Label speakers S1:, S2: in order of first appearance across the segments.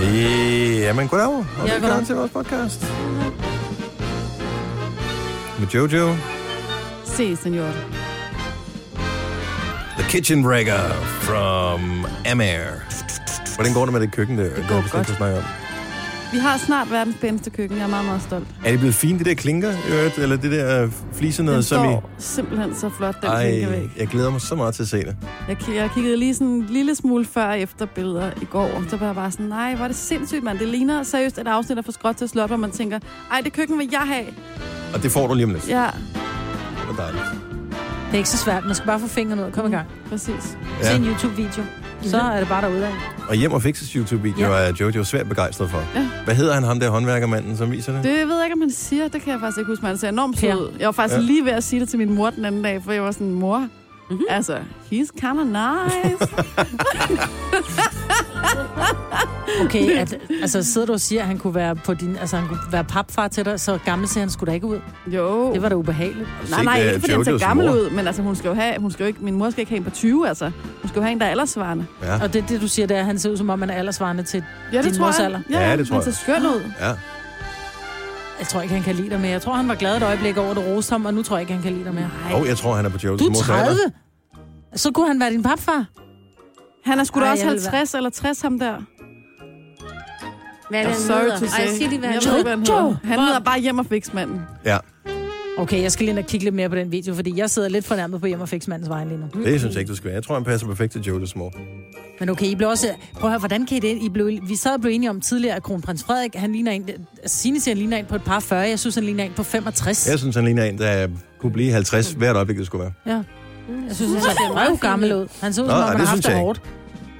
S1: Øh, Jamen, goddag. Og
S2: Ja,
S1: velkommen
S2: goddag.
S1: til vores podcast. Med Jojo,
S2: Se, senor.
S1: The Kitchen Wrecker from Amair. Hvordan går det med det køkken der? Det
S2: går godt.
S1: Snakke om.
S2: Vi har snart verdens pæneste køkken. Jeg er meget, meget stolt.
S1: Er det blevet fint, det der klinker, i øvrigt? Eller det der
S2: Den
S1: flisenede, som i...
S2: står simpelthen så flot, den Ej.
S1: Ej,
S2: klinkervæg.
S1: jeg glæder mig så meget til at se det.
S2: Jeg, ki- jeg kiggede lige sådan en lille smule før og efter billeder i går, og så var jeg bare sådan, nej, hvor er det sindssygt, mand. Det ligner seriøst et afsnit af For Skråt til Slot, hvor man tænker, ej, det køkken vil jeg have.
S1: Og det får du lige om lidt.
S2: Ja,
S1: Det var dejligt.
S3: Det er ikke så svært. Man skal bare få fingrene ud og komme i gang.
S2: Mm, præcis. Mm-hmm.
S3: Se en
S1: Ja.
S3: YouTube-video. Så er det bare derude af.
S1: Og hjem og fikses YouTube-video
S3: Ja.
S1: er Jojo svært begejstret for.
S2: Ja.
S1: Hvad hedder han, ham der håndværkermanden, som viser det?
S2: Det ved jeg ikke, om man siger. Det kan jeg faktisk ikke huske, men han ser enormt sød
S3: Per.
S2: ud. Jeg var faktisk
S1: Ja.
S2: ja. lige ved at sige det til min mor den anden dag, for jeg var sådan, mor, mm-hmm.
S4: Mhm.
S2: altså, he's kinda nice.
S3: Okay, at, altså sidder du og siger, at han kunne være, på din, altså, han kunne være papfar til dig, så gammel ser han sgu da ikke ud.
S2: jo.
S3: Det var da ubehageligt.
S2: Nej, nej,
S1: Set,
S2: ikke
S1: øh,
S2: fordi han ser
S1: Jojos
S2: gammel
S1: mor.
S2: ud, men altså, hun skal jo have, hun skal jo ikke, min mor skal ikke have en på 20, altså. Hun skal jo have en, der er aldersvarende.
S1: Ja.
S3: Og det, det du siger, det er, at han ser ud som om, han er aldersvarende til...
S2: Ja, det
S3: Din
S2: tror
S3: mors
S2: jeg.
S3: alder?
S1: Ja, det tror
S2: han
S1: jeg.
S2: ser skøn ud.
S1: ja.
S3: Jeg tror ikke, han kan lide dig mere. Jeg tror, han var glad et øjeblik over, at du roste ham, og nu tror jeg ikke, han kan lide dig mere.
S1: Jo, jeg tror, han er på Jojos
S3: Du er
S1: mors
S3: 30!
S1: alder.
S3: Så kunne han være din papfar.
S2: Han er sgu da
S3: Ej,
S2: også
S3: jeg vil være-
S2: 50 eller 60, ham der.
S4: Hvad er det, han
S2: Sorry
S4: hedder?
S2: to say.
S4: Ej, sig lige, hvad
S2: jeg
S4: han
S2: ved
S4: hedder.
S2: ikke, hvad han hedder.
S3: Jojo!
S2: Han hedder bare hjem og fiksmanden.
S1: Ja,
S3: Okay, jeg skal lige ind og kigge lidt mere på den video, fordi jeg sidder lidt fornærmet på hjem og fixmandens vej lige nu.
S1: det synes jeg ikke, du skal være. Jeg tror, han passer perfekt til Jojos mor.
S3: Men okay, I blev også... Prøv at høre, hvordan kan I det? I blev, vi sad og blev enige om tidligere, at kronprins Frederik, han ligner en... Signe siger, han ligner en på et par 40. Jeg synes, han ligner en på 65.
S1: Jeg synes, han ligner en, der kunne blive 50 hvert øjeblik, det skulle være.
S3: Ja. Jeg synes, han ser meget gammel ud. Han så ud,
S1: Nå,
S3: som om
S1: ej,
S3: han
S1: det
S3: har
S1: synes
S3: haft det
S1: jeg
S3: hårdt.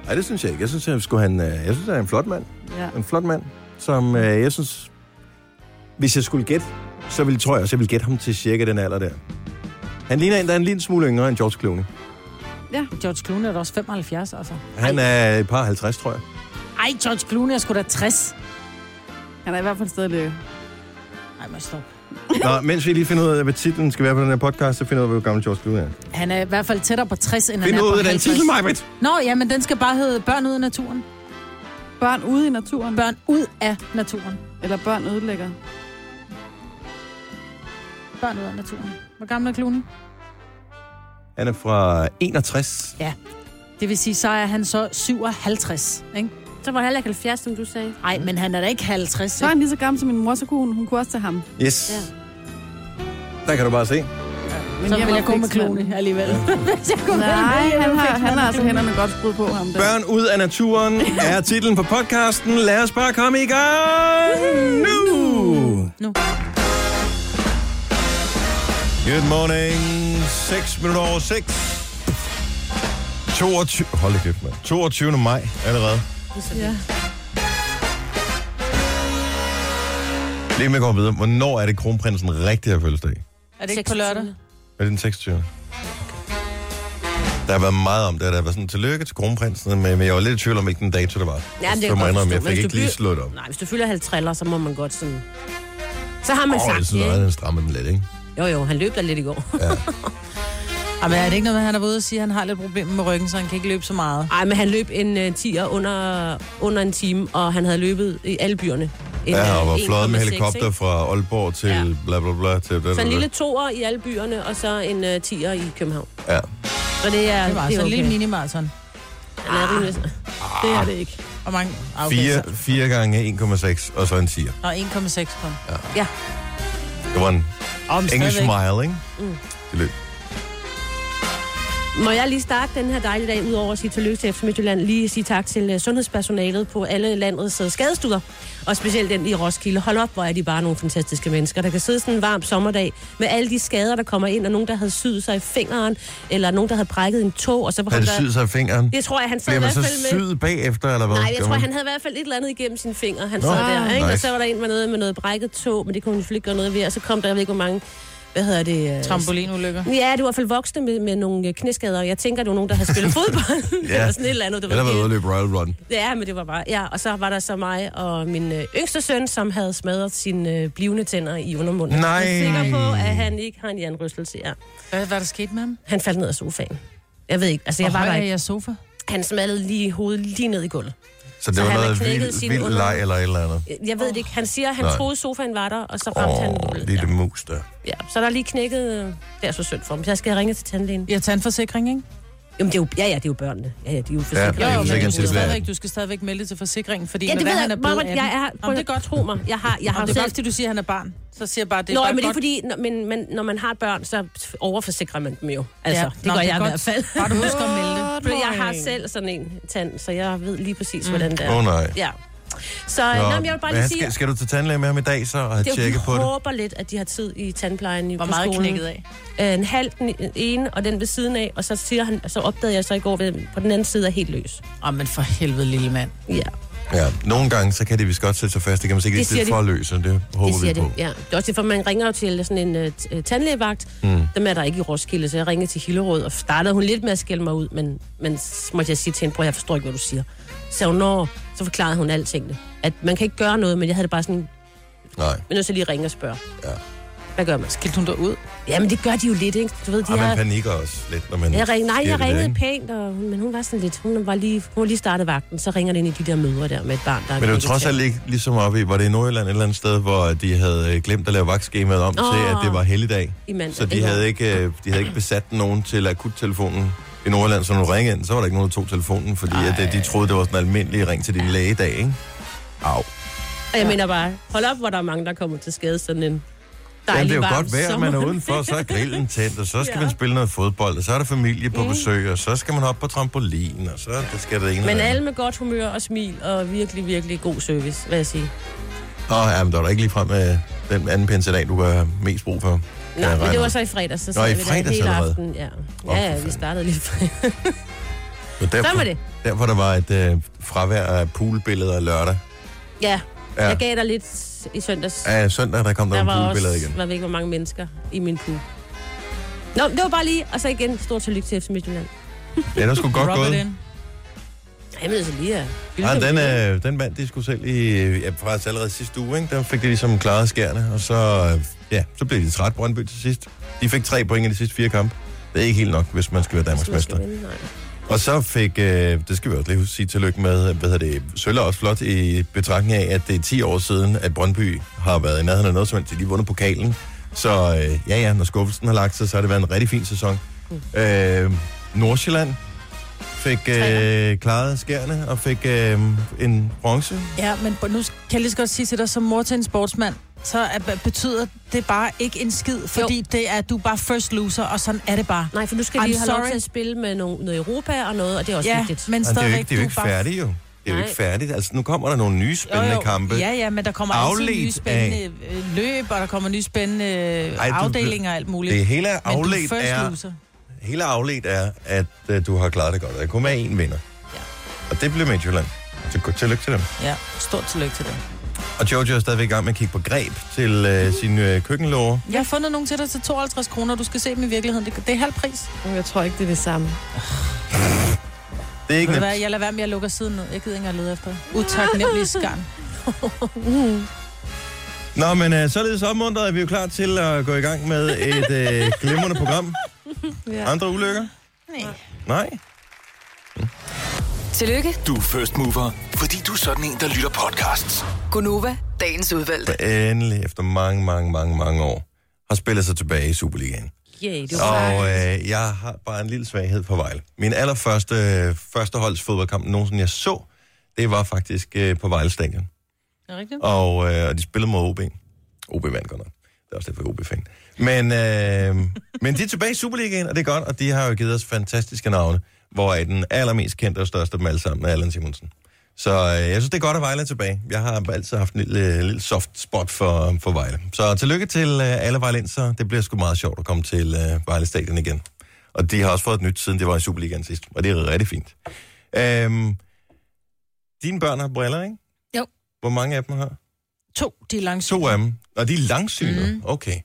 S1: Nej, det synes jeg ikke. Jeg synes, han, skulle han, øh, jeg synes, han er en flot mand.
S2: Ja.
S1: En flot mand, som øh, jeg synes... Hvis jeg skulle gætte, så ville, tror jeg også, jeg ville gætte ham til cirka den alder der. Han ligner en, der er en lille smule yngre end George Clooney.
S3: George Clooney er da også 75, altså.
S1: Han er et par 50, tror jeg.
S3: Ej, George Clooney er sgu da 60.
S2: Han er i hvert fald stadig
S3: Ej, må stop.
S1: Nå, mens vi lige finder ud af, hvad titlen skal være på den her podcast, så finder vi ud af, hvor gammel George Clooney er.
S3: Han er i hvert fald tættere på 60, end
S1: Find
S3: han er
S1: ud af
S3: på
S1: den
S3: 50.
S1: titel, Majbrit!
S3: Nå, ja, men den skal bare hedde Børn ud af naturen.
S2: Børn ude i naturen.
S3: Børn ud af naturen.
S2: Eller børn ødelægger.
S3: Børn ud af naturen. Hvor gammel er Clooney?
S1: Han er fra 61.
S3: Det vil sige, så er han så 57, ikke?
S4: Så var han heller ikke 70, som du sagde.
S3: Nej, men han er da ikke 50.
S2: Så er han ligesom- lige så gammel som min mor, så kunne hun, hun kunne også tage ham.
S1: Yes.
S4: Ja.
S1: Der kan du bare se.
S2: Men
S3: så
S2: hjem
S3: vil
S2: og
S3: jeg gå med
S2: fiksmanden.
S3: Clooney alligevel. Hvis jeg går med
S2: Nej,
S3: hjem og
S2: han har, han
S3: fiksmanden
S2: har altså
S3: Clooney.
S2: hænderne godt skruet på ham. Der.
S1: Børn ud af naturen er titlen på podcasten. Lad os bare komme i gang nu!
S3: Nu.
S1: Good morning. 6 minutter over 6. 22... Hold da kæft, mand. 22. maj allerede.
S2: Ja.
S1: Lige med jeg går videre. Hvornår er det kronprinsen rigtig har fødselsdag?
S3: Er det ikke på lørdag?
S1: Er det den 26. Okay. Der har været meget om det, og der har været sådan, tillykke til kronprinsen, men jeg var lidt i tvivl om, hvilken dato det var.
S4: Ja, men det
S1: så må jeg
S4: kan jeg godt
S1: indrømme, jeg
S4: forstå.
S1: fik
S4: Hvis
S1: ikke
S4: du
S1: lige
S4: bliver-
S1: slået op.
S4: Nej, hvis du fylder 50, så må man godt sådan... Så har man
S1: Åh, jeg
S4: sagt det,
S1: synes, at
S4: ikke?
S1: den strammer den lidt, ikke?
S4: Jo, jo, han løb der lidt i går.
S3: Jamen, er det ikke noget med, at han er ude og sige, at han har lidt problemer med ryggen, så han kan ikke løbe så meget?
S4: Ej, men han løb en uh, 10'er under, under en time, og han havde løbet i alle byerne. En,
S1: Ja, og
S4: øh,
S1: var fløjet med
S4: 1,6,
S1: helikopter
S4: ikke?
S1: fra Aalborg til
S4: Ja.
S1: bla bla bla. Til bla,
S4: Så
S1: bla,
S4: en
S1: bla.
S4: lille toer i alle byerne, og så en uh, 10'er i København.
S1: Ja.
S4: Så det er,
S3: Det var altså
S4: er
S3: en lille
S4: okay.
S3: minimarathon.
S4: Han er rimelig-
S2: Det er det ikke.
S3: Ah. Hvor mange? Ah, okay, så-
S1: 4, 4 gange 1,6, og så en 10'er.
S3: Nå, 1,6 kun.
S4: Ja,
S1: Det var en
S3: Om
S1: engelsk mile, ikke?
S4: Mm.
S1: Det løb.
S4: Må jeg lige starte den her dejlige dag, udover at sige tillykke til FC Midtjylland, lige sige tak til øh, sundhedspersonalet på alle landets øh, skadestuer, og specielt den i Roskilde. Hold op, hvor er de bare nogle fantastiske mennesker, der kan sidde sådan en varm sommerdag med alle de skader, der kommer ind, og nogen, der havde syet sig i fingeren, eller nogen, der havde brækket en tog, og så var
S1: Havde det
S4: der...
S1: syet sig i fingeren?
S4: Det tror jeg, han sad i
S1: Bliver man
S4: hvert
S1: så
S4: fald med...
S1: syet bagefter, eller hvad?
S4: Nej, jeg
S1: Gør
S4: tror,
S1: man?
S4: han havde i hvert fald et eller andet igennem sine fingre, han
S1: Nå.
S4: sad der. Ikke? Og
S1: Nice.
S4: så var der en med noget, med noget brækket tog, men det kunne hun selvfølgelig ikke gøre noget ved, og så kom der, jeg ved ikke, hvor mange... Hvad hedder det? øh,
S3: Trampolinulykker.
S4: Ja, det var i hvert fald voksne med, med nogle øh, knæskader, og jeg tænker, det var nogen, der havde spillet fodbold.
S1: Ja.
S4: ja. Eller sådan et eller andet. Det
S1: Eller
S4: var
S1: været ude
S4: helt-
S1: at løbe Royal Run.
S4: Ja, men det var bare... Ja, og så var der så mig og min øh, yngste søn, som havde smadret sine øh, blivende tænder i undermunden.
S1: Nej.
S4: Jeg er sikker på, at han ikke har en hjernerystelse. Ja.
S3: Hvad, hvad er der sket med ham?
S4: Han faldt ned af sofaen. Jeg ved ikke, altså jeg
S3: Hvor
S4: var
S3: høj
S4: der
S3: er
S4: ikke.
S3: jeres sofa?
S4: Han smadrede lige hovedet lige ned i gulvet.
S1: Så det
S4: Så
S1: var
S4: han har
S1: noget
S4: knækket
S1: vild,
S4: sin
S1: vild
S4: under-
S1: leg eller et eller andet.
S4: Jeg ved det ikke. Han siger, at han
S1: Nej.
S4: troede, sofaen var der, og så ramte oh, han
S1: Åh,
S4: målet.
S1: lille
S4: Ja.
S1: mus der.
S4: ja. Så der er lige knækket... øh, Det er så synd for ham. Så jeg skal ringe til tandlægen.
S3: Ja, tandforsikring, ikke?
S4: Jamen, det er jo, ja, ja, det er jo børnene. Ja, ja, de er jo forsikret.
S1: Jo, jo, men
S3: Jo,
S1: forsikring
S3: jo, men
S1: til
S3: du skal,
S1: det
S3: stadigvæk, du skal stadigvæk melde til forsikringen, fordi
S4: Ja,
S3: med
S4: det
S3: hvad
S4: ved
S3: han er
S4: jeg.
S3: blevet
S4: Marmot,
S3: af
S4: jeg er...
S3: Nå,
S4: Prøv
S3: men
S4: det
S3: det er
S4: godt, tro mig. Jeg har, jeg har
S3: Nå,
S4: jo
S3: det er bare,
S4: selv...
S3: fordi du siger, at han er barn. Så siger jeg bare, det er
S4: Nå,
S3: bare
S4: men det er
S3: godt.
S4: fordi, når, men, men, når man har børn, så overforsikrer man dem jo. Altså, ja, det
S3: nå,
S4: gør
S3: er
S4: jeg i
S3: godt.
S4: hvert fald.
S3: Bare du husker at melde det. Mm.
S4: Fordi Jeg har selv sådan en tand, så jeg ved lige præcis, hvordan det er.
S1: Åh oh, nej.
S4: Ja. Så Nå, nej, men jeg vil bare
S1: men
S4: lige
S1: han
S4: sige,
S1: skal, skal du til tandlæge med ham i dag så og have
S4: det er jo, vi
S1: tjekket på det?
S4: håber lidt, at de har tid i tandplejen i-
S3: Hvor
S4: på
S3: meget
S4: skolen.
S3: knækket af.
S4: Øh, en halv den ene, og den ved siden af, og så, siger han, så opdagede jeg så i går, at den på den anden side er helt løs.
S3: Åh, men for helvede, lille mand.
S4: Ja,
S1: Ja, nogle gange, så kan det vist godt sætte sig fast. Det kan man sikkert
S4: Det
S1: ikke
S4: siger
S1: lidt
S4: de.
S1: for løse, og det
S4: det
S1: håber
S4: siger
S1: vi på.
S4: det. Ja. Det er også derfor, man ringer jo til sådan en øh, t- øh, tandlægevagt. Mm.
S1: Hmm.
S4: Dem er der ikke i Roskilde, så jeg ringede til Hillerød, og startede hun lidt med at skælde mig ud, men, men så måtte jeg sige til hende, prøv jeg forstår ikke, hvad du siger. Så, hun, Nå, så forklarede hun altingene. At man kan ikke gøre noget, men jeg havde det bare sådan,
S1: Nej.
S4: men nu så lige ringe og spørge.
S1: Ja.
S4: Hvad gør man?
S3: Skal hun derud?
S4: Jamen, det gør de jo lidt, ikke? Du ved, de
S1: Og
S4: har...
S1: man panikker også lidt, når man...
S4: Jeg ring, nej,
S1: sker
S4: jeg
S1: det der,
S4: ringede
S1: ikke?
S4: pænt, og, hun- men hun var sådan lidt... Hun var lige, hun var lige startet vagten, så ringer det ind i de der møder der med et barn, der
S1: Men det var trods alt ikke ligesom oppe i, var det i Nordjylland et eller andet sted, hvor de havde øh, glemt at lave vagtskemaet om oh. til,
S4: Åh.
S1: at det var helligdag.
S4: I mandag,
S1: Så de
S4: ikke?
S1: havde, ikke, øh, de havde ikke besat nogen til akuttelefonen i Nordjylland, så når du ringede ind, så var der ikke nogen, der tog telefonen, fordi at, øh, de troede, det var sådan en almindelig ring til din lægedag, ikke? Au.
S4: Og jeg mener bare, hold op, hvor der er mange, der kommer til skade sådan en
S1: Jamen,
S4: dejlig
S1: det er jo
S4: varm
S1: godt vejr, man er
S4: sommer.
S1: udenfor, så er grillen tændt, og så skal ja.
S4: Ja.
S1: man spille noget fodbold, og så er der familie på besøg, og så skal man op på trampolin, og så det skal der ene
S4: Men
S1: og
S4: alle med godt humør og smil og virkelig, virkelig god service, vil jeg sige.
S1: Åh, ja, men der er da ikke ligefrem med den anden pinsedag, du gør mest brug for. kan
S4: Nå,
S1: jeg
S4: men
S1: regne
S4: det var
S1: ud.
S4: så i fredags, så
S1: Nå, i
S4: sad vi der
S1: fredags
S4: hele
S1: allerede.
S4: aften. Ja.
S1: Åh, for
S4: ja, ja,
S1: fanden.
S4: vi startede lige fredag.
S1: Og derfor,
S4: Sådan var det.
S1: Derfor der var et øh, fravær af poolbilleder lørdag.
S4: Ja,
S1: Ja.
S4: jeg gav dig lidt i søndags.
S1: Af søndag, der kom der,
S4: Der
S1: der nogle
S4: var
S1: poolbilleder
S4: også,
S1: igen.
S4: jeg ved ikke, hvor mange mennesker i min pool. Nå, det var bare lige, og så igen, stort tillykke til FC Midtjylland.
S1: Ja, det var sgu godt
S3: Robert
S1: gået.
S3: ind.
S4: Jamen, altså lige at hylde
S1: Ja,
S4: dem.
S1: den, øh, den vandt de skulle selv i, øh, ja, faktisk allerede sidste uge, ikke? Der fik de ligesom klaret skærne, og så, øh, ja, så blev de træt Brøndby til sidst. De fik tre point i de sidste fire kampe. Det er ikke helt nok, hvis man skal være Danmarks
S4: Hvis
S1: mester.
S4: man skal vinde, nej.
S1: Og så fik, øh, det skal vi også lige huske at sige tillykke med, øh, hvad hedder det, Sølle er også flot i betragtning af, at det er 10 år siden, at Brøndby har været i nærheden af noget, som helst. de lige vundet pokalen. Så øh, ja, ja, når skuffelsen har lagt sig, så har det været en rigtig fin sæson.
S4: Mm.
S1: Øh, Nordsjælland fik øh, klaret skærne og fik øh, en bronze.
S3: Ja, men b- nu sk- kan jeg lige så godt sige til dig, som mor til en sportsmand, så er, b- betyder det bare ikke en skid, fordi jo. det er, du er bare first loser, og sådan er det bare.
S4: Nej, for nu skal
S3: I'm
S4: de have lov
S3: sorry.
S4: til at spille med no- noget Europa og noget, og det er også
S3: ja,
S4: vigtigt.
S3: men
S1: Og det er jo ikke,
S3: stadigvæk,
S1: det er jo ikke
S3: du er bare...
S1: færdigt, jo. Det er jo
S4: Nej.
S1: ikke færdigt. Altså, nu kommer der nogle nye spændende kampe.
S3: Ja, ja, men der kommer altid nye
S1: Afledt af-
S3: spændende af... løb, og der kommer nye spændende
S1: Ej,
S3: Ej,
S1: du-
S3: afdelinger og alt muligt.
S1: Det hele er
S3: men du er
S1: afledt
S3: first
S1: af,
S3: loser.
S1: hele afledt er, at øh, du har klaret det godt. Der kun er én vinder.
S4: Ja.
S1: Og det blev Midtjylland. Så godt tillykke til dem.
S3: Ja, stort tillykke til dig.
S1: Og Jojo er stadigvæk i gang med at kigge på greb til øh, sin øh, køkkenlåger.
S3: Jeg har fundet nogen til dig til 52 kroner, du skal se dem i virkeligheden. Det, det er halv pris.
S2: Jeg tror ikke, det er det samme.
S1: Det er ikke
S3: Ved du
S1: nemt.
S3: hvad, jeg lader være med, at jeg lukker siden ned. Jeg gider ikke engang lede efter. Utaknemmelig skarn.
S2: Uh.
S1: Nå, men øh, således opmuntret er vi jo klar til at gå i gang med et øh, glimrende program.
S2: Ja.
S1: Andre ulykker?
S3: Nej.
S1: Nej?
S5: Tillykke,
S6: Du er first mover, fordi du er sådan en, der lytter podcasts.
S5: Gunova, dagens udvalgte.
S1: Der endelig efter mange, mange, mange, mange år har spillet sig tilbage i Superligaen.
S4: Yeah, det var
S1: Og øh, jeg har bare en lille svaghed på Vejle. Min allerførste øh, førsteholds fodboldkamp nogensinde jeg så, det var faktisk øh, på Vejle Stadion.
S3: Er det rigtigt?
S1: Og, øh, og de spillede mod OB. OB vandt godt nok. Det er også derfor, jeg er OB-fan. Men, øh, men de er tilbage i Superligaen, og det er godt, og de har jo givet os fantastiske navne, hvor er den allermest kendte og største af dem alle sammen er Allan Simonsen. Så øh, jeg synes, det er godt, at Vejle er tilbage. Jeg har altid haft en lille, øh, lille soft spot for, for Vejle. Så tillykke til øh, alle vejlenser. Det bliver sgu meget sjovt at komme til øh, Vejle Stadion igen. Og de har også fået et nyt, siden det var i Superligaen sidst. Og det er rigtig fint. Øhm, dine børn har briller, ikke?
S3: Jo.
S1: Hvor mange af dem har?
S3: To, de er langs.
S1: To af dem. Og de er langsynede. Mm. Okay.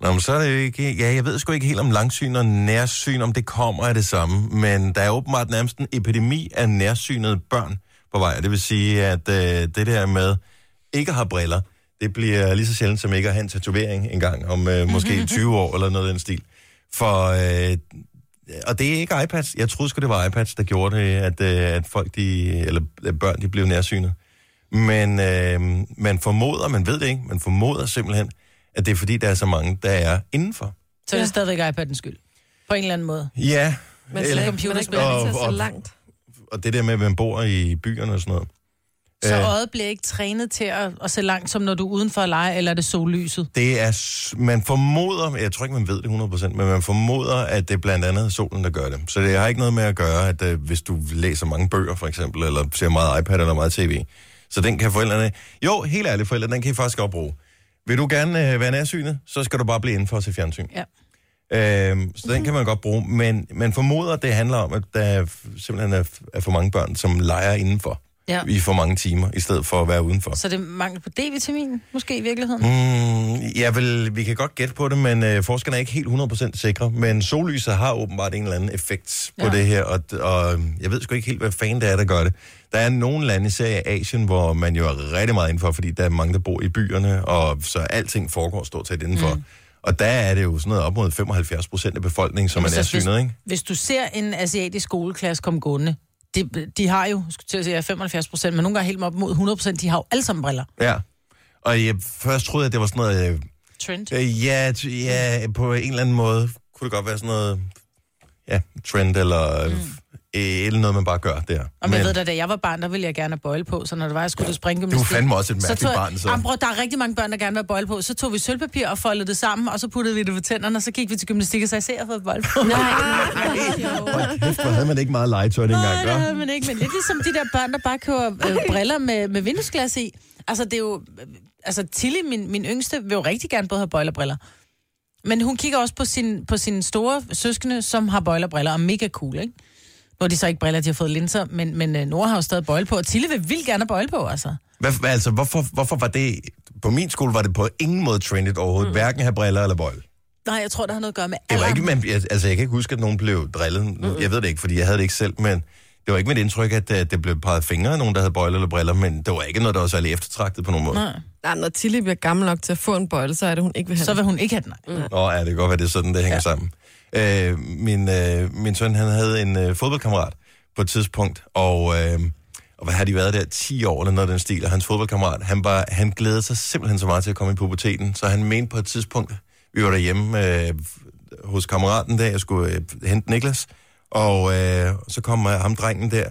S1: Nå, men så er det jo ikke... Ja, jeg ved sgu ikke helt om langsyn og nærsyn, om det kommer af det samme. Men der er åbenbart nærmest en epidemi af nærsynede børn på vej. Og Det vil sige, at øh, det der med ikke at have briller, det bliver lige så sjældent som ikke at have en tatovering engang om øh, måske 20 år eller noget i den stil. For øh, og det er ikke iPads. Jeg troede sgu, det var iPads, der gjorde det, at, øh, at folk, de, eller at børn, de blev nærsynet. Men øh, man formoder, man ved det ikke, man formoder simpelthen, at det er fordi, der er så mange, der er indenfor.
S3: Så er det stadigvæk iPad'ens skyld. På en eller anden måde.
S1: Ja,
S7: Man
S1: Eller
S7: skal ikke
S3: computerspil.
S7: man er ikke
S1: Og-
S7: så
S1: og-
S7: langt.
S1: og det der med, at man bor i byerne og sådan noget.
S3: Så
S1: Øh.
S3: øjet bliver ikke trænet til at, at se langt, som når du er udenfor at lege, eller er det sollyset?
S1: Det er, s- man formoder, jeg tror ikke, man ved det 100%, men man formoder, at det er blandt andet solen, der gør det. Så det har ikke noget med at gøre, at øh, hvis du læser mange bøger, for eksempel, eller ser meget iPad eller meget tv, så den kan forældrene... Jo, helt ærligt, forældrene, den kan I faktisk godt bruge. Vil du gerne øh, være nærsynet, så skal du bare blive indenfor og se fjernsyn.
S3: Ja.
S1: Øhm, så den kan man godt bruge, men man formoder, at det handler om, at der er f- simpelthen er, f- er for mange børn, som leger indenfor
S3: Ja.
S1: i for mange timer, i stedet for at være udenfor.
S3: Så det er mangel på D-vitamin, måske i virkeligheden.
S1: Mm, ja, vel, vi kan godt gætte på det, men øh, forskerne er ikke helt 100% sikre. Men sollyset har åbenbart en eller anden effekt på
S3: Ja.
S1: det her, og, og jeg ved sgu ikke helt, hvad fanden det er, der gør det. Der er nogle lande, især i Asien, hvor man jo er rigtig meget indenfor, fordi der er mange, der bor i byerne, og så alting foregår stort set indenfor. Mm. Og der er det jo sådan noget op mod 75 procent af befolkningen, som man
S3: Jamen,
S1: er
S3: så hvis-
S1: synet, ikke?
S3: Hvis du ser en asiatisk skoleklasse komme gående, de, de har jo, skulle til at sige, 75 procent, men nogle gange helt op mod 100 procent, de har jo alle sammen briller.
S1: Ja. Og jeg først troede, at det var sådan noget... Øh,
S3: Trend.
S1: Øh, Ja, t- ja, på en eller anden måde kunne det godt være sådan noget ja, trend eller mm. eller noget, man bare gør der.
S3: Og men... jeg ved da, da jeg var barn, der ville jeg gerne have bøjle på, så når det var, jeg skulle til
S1: du er
S3: springgymnastik.
S1: fandme også et
S3: så
S1: mærkeligt
S3: tog,
S1: barn, så.
S3: Jamen, bror, der er rigtig mange børn, der gerne vil have bøjle på. Så tog vi sølvpapir og foldede det sammen, og så puttede vi det ved tænderne, og så gik vi til gymnastik og sagde, se, jeg har fået bøjle på. Nej,
S1: Hold kæft, hvor havde man ikke meget legetøj dengang,
S3: det havde
S1: gør?
S3: man ikke, men lidt ligesom de der børn, der bare køber øh, briller med, med vinduesglas i. Altså, det er jo... øh, Altså, Tilly, min, min yngste, vil jo rigtig gerne både have bøjlerbriller. Men hun kigger også på sin, på sin store søskende, som har bøjlerbriller, og er mega cool, ikke? Hvor de så ikke briller, de har fået linser, men, men øh, Nora har jo stadig bøjle på, og Tilly vil vildt gerne have bøjle på, altså.
S1: Hvad, hvad- altså, hvorfor, hvorfor var det... På min skole var det på ingen måde trendet overhovedet. Mm. Hverken have briller eller bøjle.
S3: Nej, jeg tror, der har noget at gøre med
S1: Det var
S3: alderen.
S1: ikke, man, jeg- altså, jeg kan ikke huske, at nogen blev drillet. Mm. Jeg ved det ikke, fordi jeg havde det ikke selv, men det var ikke mit indtryk, at øh, det blev peget fingre af nogen, der havde bøjle eller briller, men det var ikke noget, der var særlig eftertragtet på nogen måde.
S3: Nej,
S7: Nej, når Tilly bliver gammel nok til at få en bøjle, så er det, hun ikke vil have
S3: så
S7: så...
S3: vil hun ikke have den. Nej.
S1: Nå, ja, det kan godt være, det er sådan, det hænger Mm. ja. sammen. Øh, min, øh, min søn, han havde en øh, fodboldkammerat på et tidspunkt, og, øh, og hvad har de været der? 10 år eller noget af den stil, og hans fodboldkammerat, han, var, han glædede sig simpelthen så meget til at komme i puberteten, så han mente på et tidspunkt, vi var derhjemme øh, hos kammeraten der, jeg skulle øh, hente Niklas, og øh, så kom øh, ham drengen der,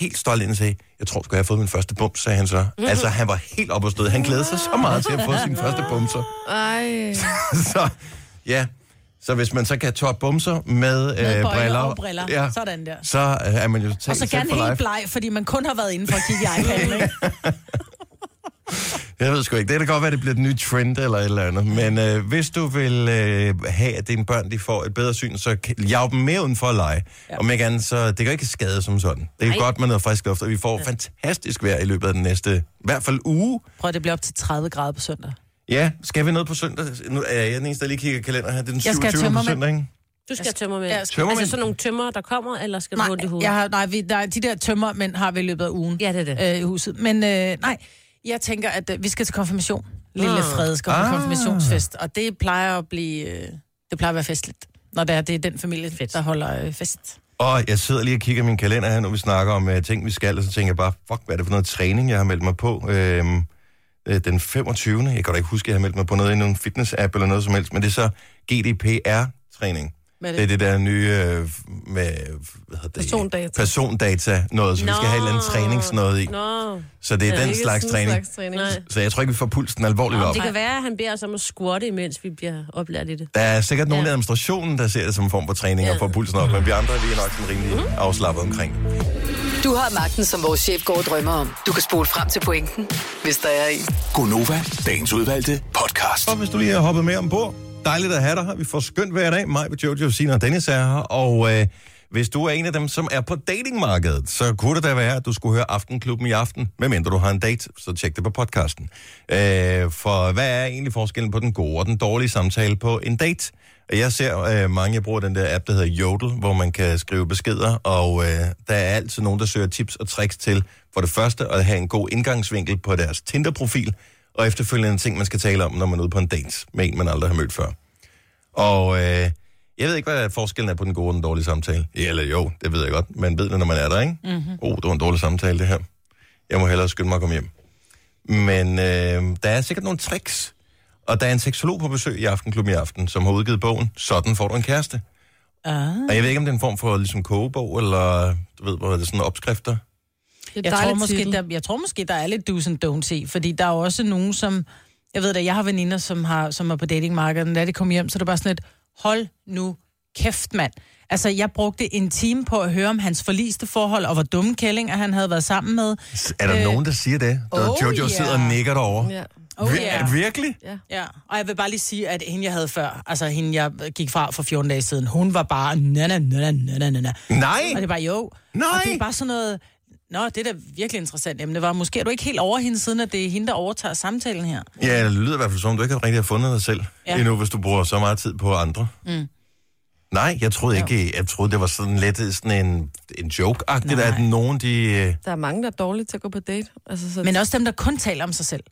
S1: helt stolt ind og sagde, jeg tror, skulle jeg har fået min første bums, sagde han så. Mm. Altså, han var helt op og stød. Han glædede sig så meget til at få sin første bumser
S7: Ej,
S1: så ja, så hvis man så kan toppe bumser med, øh,
S3: Med bøjler
S1: briller,
S3: og briller.
S1: ja,
S3: Sådan der.
S1: så øh, er man jo
S3: Og
S1: totalt
S3: så
S1: set
S3: gerne
S1: for
S3: helt
S1: life.
S3: bleg, fordi man kun har været inde for at kigge i iPad'en, ikke?
S1: Jeg ved sgu ikke, det kan godt være, det bliver den nye trend eller et eller andet, men øh, hvis du vil øh, have, at dine børn de får et bedre syn, så kan- jag dem mere uden for at lege. Ja. Om ikke andet, så det kan jo ikke skade som sådan. Det er Ej. godt med noget frisk luft, og vi får ja. fantastisk vejr i løbet af den næste, i hvert fald uge.
S3: Prøv, det bliver op til 30 grader på søndag.
S1: Ja, skal vi ned på søndag? Nu er jeg den eneste, der lige kigger i kalenderen her. Det er den
S3: Jeg skal have
S1: 27. på
S3: tømmermænd.
S1: søndag, ikke?
S4: Du skal tømme med.
S3: jeg
S4: Altså
S3: skal-
S1: Tømmermænd?
S4: sådan nogle tømmer, der kommer, eller skal du have ondt i
S3: Nej,
S4: hovedet?
S3: jeg har, nej, vi, nej, de der tømmermænd har vi i løbet af ugen
S4: Ja, det er det.
S3: øh, i huset. Men øh, nej, jeg tænker, at øh, vi skal til konfirmation. Lille
S4: Ah.
S3: Frede skal
S1: Ah.
S3: ah. konfirmationsfest, og det plejer at blive... Øh, det plejer at være festligt, når det er, det er den familie, Fedt. der holder øh, fest.
S1: Og jeg sidder lige og kigger i min kalender her, når vi snakker om uh, ting, vi skal, og så tænker jeg bare, fuck, hvad er det for noget træning, jeg har meldt mig på øhm, øh, den 25. Jeg kan da ikke huske, at jeg har meldt mig på noget i nogen fitness-app eller noget som helst, men det er så GDPR-træning.
S3: Hvad er
S1: Det er det der nye øh, med, hvad hedder det?
S7: Persondata.
S1: Persondata, noget, så vi skal have et eller andet træningsnoget i.
S4: Nå.
S1: Så det er den
S7: ikke
S1: slags
S7: sådan
S1: træning.
S7: slags træning.
S4: Nej.
S1: Så jeg tror ikke, vi får pulsen alvorligt op.
S4: Det kan være, at han beder os om at squatte, mens vi bliver oplært i det.
S1: Der er sikkert nogen
S4: Ja.
S1: i administrationen, der ser det som en form for træning og får pulsen op, men vi andre, vi er nok sådan
S4: Mhm.
S1: rimelig afslappet omkring det.
S5: Du har magten, som vores chef går og drømmer om. Du kan spole frem til pointen, hvis der er en.
S6: Gonova, dagens udvalgte podcast.
S1: Og hvis du lige har hoppet med ombord, dejligt at have dig her. Vi får skønt hver dag. Mig, Jojo, Sina og Dennis er her. Og øh, hvis du er en af dem, som er på datingmarkedet, så kunne det da være, at du skulle høre Aftenklubben i aften. Medmindre du har en date, så tjek det på podcasten. Øh, for hvad er egentlig forskellen på den gode og den dårlige samtale på en date? Og Jeg ser øh, mange, jeg bruger den der app, der hedder Jodel, hvor man kan skrive beskeder, og øh, der er altid nogen, der søger tips og tricks til, for det første at have en god indgangsvinkel på deres Tinder-profil, og efterfølgende ting, man skal tale om, når man er ude på en date med en, man aldrig har mødt før. Og øh, Jeg ved ikke, hvad forskellen er på den gode og den dårlige samtale. Ja, Eller jo, det ved jeg godt. Man ved det, når man er der, ikke? Mm-hmm. Oh, det var en dårlig samtale, det her. Jeg må hellere skynde mig at komme hjem. Men øh, der er sikkert nogle tricks. Og der er en seksolog på besøg i Aftenklubben i aften, som har udgivet bogen Sådan får du en kæreste. Ah. Og jeg ved ikke, om det er en form for ligesom, kogebog, eller du ved, hvor er det sådan opskrifter.
S8: Det er
S3: Jeg tror, måske, der, jeg tror måske, der er lidt do's and don'ts i, fordi der er jo også nogen, som... Jeg ved da, jeg har veninder, som, har, som er på datingmarkedet, da de kom hjem, så er det bare sådan et, hold nu kæft, mand. Altså, jeg brugte en time på at høre om hans forliste forhold, og hvor dumme kællinger han havde været sammen med.
S1: Er der øh,
S3: Øh,
S1: nogen, der siger det? Der
S3: oh,
S1: oh, Jojo
S3: ja.
S1: yeah. sidder og nikker derovre.
S2: Ja.
S3: Oh,
S1: Vir- er det Virkelig?
S3: Ja, og jeg vil bare lige sige, at hende, jeg havde før, altså hende, jeg gik fra for 14 dage siden, hun var bare nana, nana, nana, nana.
S1: Nej!
S3: Og det var jo.
S1: Nej!
S3: Og det er bare sådan noget, Nå, det er da virkelig interessant emne. Var, måske er du ikke helt over hende, siden at det er hende, der overtager samtalen her.
S1: Ja, det lyder i hvert fald som, om, du ikke rigtig har fundet dig selv ja.
S3: Ja.
S1: endnu, hvis du bruger så meget tid på andre. Mm. Nej, jeg troede ikke, jeg troede, det var sådan lidt sådan en, en joke-agtigt,
S3: Nej.
S1: at nogen, de... øh,
S2: Der er mange, der er dårlige til at gå på date. Altså, så
S3: Men også dem, der kun taler om sig selv.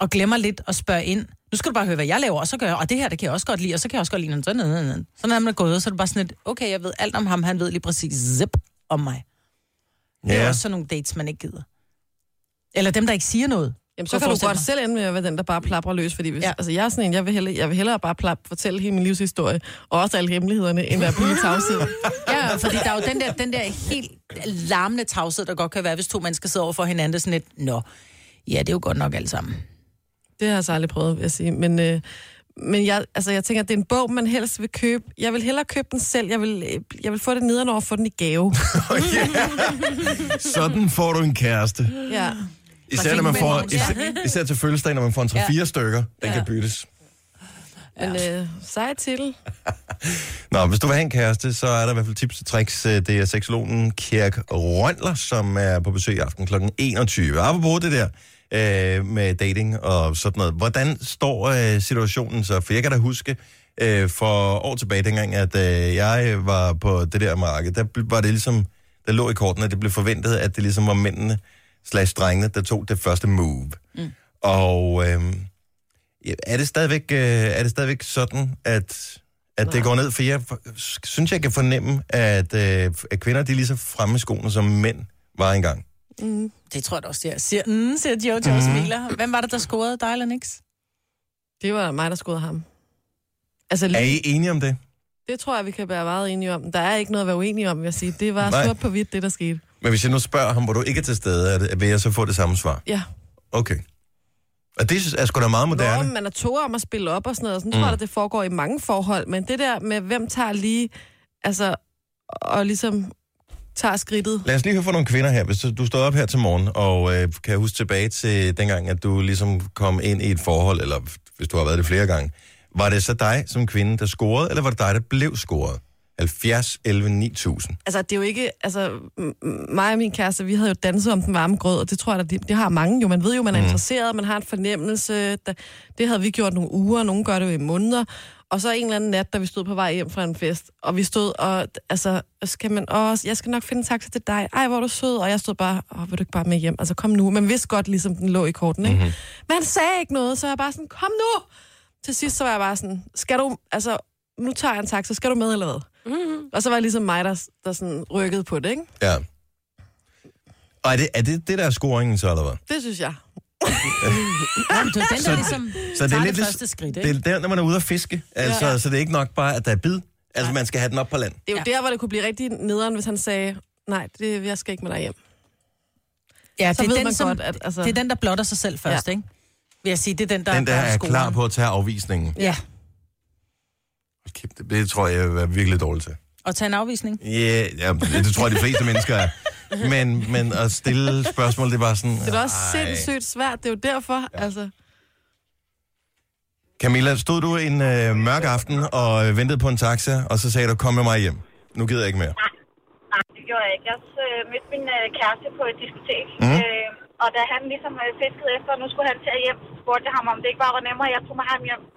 S3: Og glemmer lidt at spørge ind. Nu skal du bare høre, hvad jeg laver, og så gør jeg, og det her, det kan jeg også godt lide, og så kan jeg også godt lide noget sådan noget. Sådan er man gået, så er det bare sådan et, okay, jeg ved alt om ham, han ved lige præcis zip om mig. Det er
S1: Ja,
S3: også sådan nogle dates, man ikke gider. Eller dem, der ikke siger noget.
S2: Jamen, så
S3: Kunne
S2: kan
S3: jeg
S2: du
S3: forestille
S2: godt
S3: mig.
S2: selv ende med at være den, der bare plapper løs, fordi hvis, ja.
S3: Ja.
S2: altså, jeg er sådan en, jeg vil hellere, jeg vil hellere bare plap, fortælle hele min livshistorie, og også alle hemmelighederne, end være på min tavshed.
S3: Ja, fordi der er jo den der, den der helt larmende tavshed, der godt kan være, hvis to mennesker sidder over for hinanden. Det er sådan lidt, nå, ja, det er jo godt nok alt sammen.
S2: Det har jeg så aldrig prøvet, vil jeg sige. Men, øh, men jeg, altså, jeg tænker, at det er en bog, man helst vil købe. Jeg vil hellere købe den selv. Jeg vil, øh, jeg vil få det nedenover og få den i gave.
S1: sådan får du en kæreste.
S2: ja.
S1: Især, når man får, især, især til fødselsdag, når man får en 3-4 stykker, den
S2: Ja.
S1: kan byttes.
S2: Men øh, sej titel.
S1: Nå, hvis du vil have en kæreste, så er der i hvert fald tips og tricks. Øh, Det er seksologen Kirk Røndler, som er på besøg i aften kl. 21. Apropos det der øh, med dating og sådan noget. Hvordan står øh, situationen så? For jeg kan da huske øh, for år tilbage, dengang at øh, jeg var på det der marked, der bl- var det ligesom, der lå i kortene, at det blev forventet, at det ligesom var mændene slash drengene, der tog det første move. Mm. Og øh, ja, er, det stadigvæk, øh, er det stadigvæk sådan, at at det går ned, for jeg f- synes, jeg kan fornemme, at, øh, at kvinder de er lige så fremme i skoene, som mænd var engang.
S2: Mm.
S3: Det tror jeg da også, jeg siger. Mm, siger Jojo og smiler. Hvem var det, der scorede? Dig eller niks?
S2: Det var mig, der skød ham. Altså,
S1: Er
S2: lige,
S1: I enige om det?
S2: det tror jeg, vi kan være meget enige om. Der er ikke noget at være uenige om, vil jeg sige. Det var
S1: Nej.
S2: sort på hvidt, det der skete.
S1: Men hvis jeg nu spørger ham, hvor du ikke er til stede, er det, vil jeg så få det samme svar?
S2: Ja.
S1: Okay. Og det synes- er sgu da meget moderne.
S2: Nå, man er to om at spille op og sådan noget. og Sådan mm. tror jeg, at det foregår i mange forhold. Men det der med, hvem tager lige... Altså, og ligesom tager skridtet.
S1: Lad os lige høre fra nogle kvinder her. Hvis du, du stod op her til morgen, og øh, kan huske tilbage til dengang, at du ligesom kom ind i et forhold, eller hvis du har været det flere gange. Var det så dig som kvinde, der scorede, eller var det dig, der blev scoret? 70, 11, 9000.
S2: Altså, det er jo ikke... Altså, m- m- mig og min kæreste, vi havde jo danset om den varme grød, og det tror jeg, det, det har mange jo. Man ved jo, man er interesseret, man har en fornemmelse. Der, det havde vi gjort nogle uger, nogle gør det jo i måneder. Og så en eller anden nat, da vi stod på vej hjem fra en fest, og vi stod og... Altså, så kan man også... Jeg skal nok finde en taxa til dig. Ej, hvor er du sød. Og jeg stod bare, åh, vil du ikke bare med hjem? Altså, kom nu. Man vidste godt, ligesom den lå i korten, ikke? Mm-hmm. Men han sagde ikke noget, så jeg bare sådan, kom nu! Til sidst, så var jeg bare sådan, skal du... Altså, nu tager jeg en taxa, skal du med eller hvad? Og så var det ligesom mig, der, der sådan rykkede på det, ikke?
S1: Ja. Og er det, er det det, der er scoringen så, eller hvad?
S2: Det synes jeg.
S3: Jamen, det var den, der ligesom
S1: Så det er
S3: tager
S1: lidt
S3: det
S1: det-
S3: første skridt,
S1: Det
S3: ikke?
S1: er der, når man er ude at fiske. Altså, ja.
S2: Ja.
S1: Så det er ikke nok bare, at der er bid. Altså, man skal have den op på land.
S2: Det er jo ja. der, hvor det kunne blive rigtig nederen, hvis han sagde, nej, det, jeg skal ikke med dig hjem.
S3: Ja,
S2: så ved man godt, at, altså-
S3: det er den, der blotter sig selv først,
S2: Ja.
S3: ikke? Vil jeg sige, det er den, der,
S1: Den der
S3: gør
S1: er
S3: scoren.
S1: klar på at tage afvisningen.
S3: Ja,
S1: Kæft, det- Det tror jeg, jeg vil være virkelig dårlig til.
S3: og tage en afvisning.
S1: Ja, ja, det tror jeg, de fleste mennesker er. Men, men at stille spørgsmål, det er bare sådan...
S2: Det er da også
S1: "Ej."
S2: sindssygt svært, det er jo derfor, ja. altså.
S1: Camilla, stod du en øh, mørk aften og øh, ventede på en taxa, og så sagde du, kom med mig hjem. Nu gider jeg ikke mere.
S9: Nej, det gjorde jeg ikke. Jeg øh, mødte min øh, kæreste på et diskotek, mm.
S1: Mhm.
S9: øh, og da han ligesom øh, fiskede efter, og nu skulle han til at hjem, så spurgte jeg ham, om det ikke bare var nemmere, at jeg tog med ham hjem, i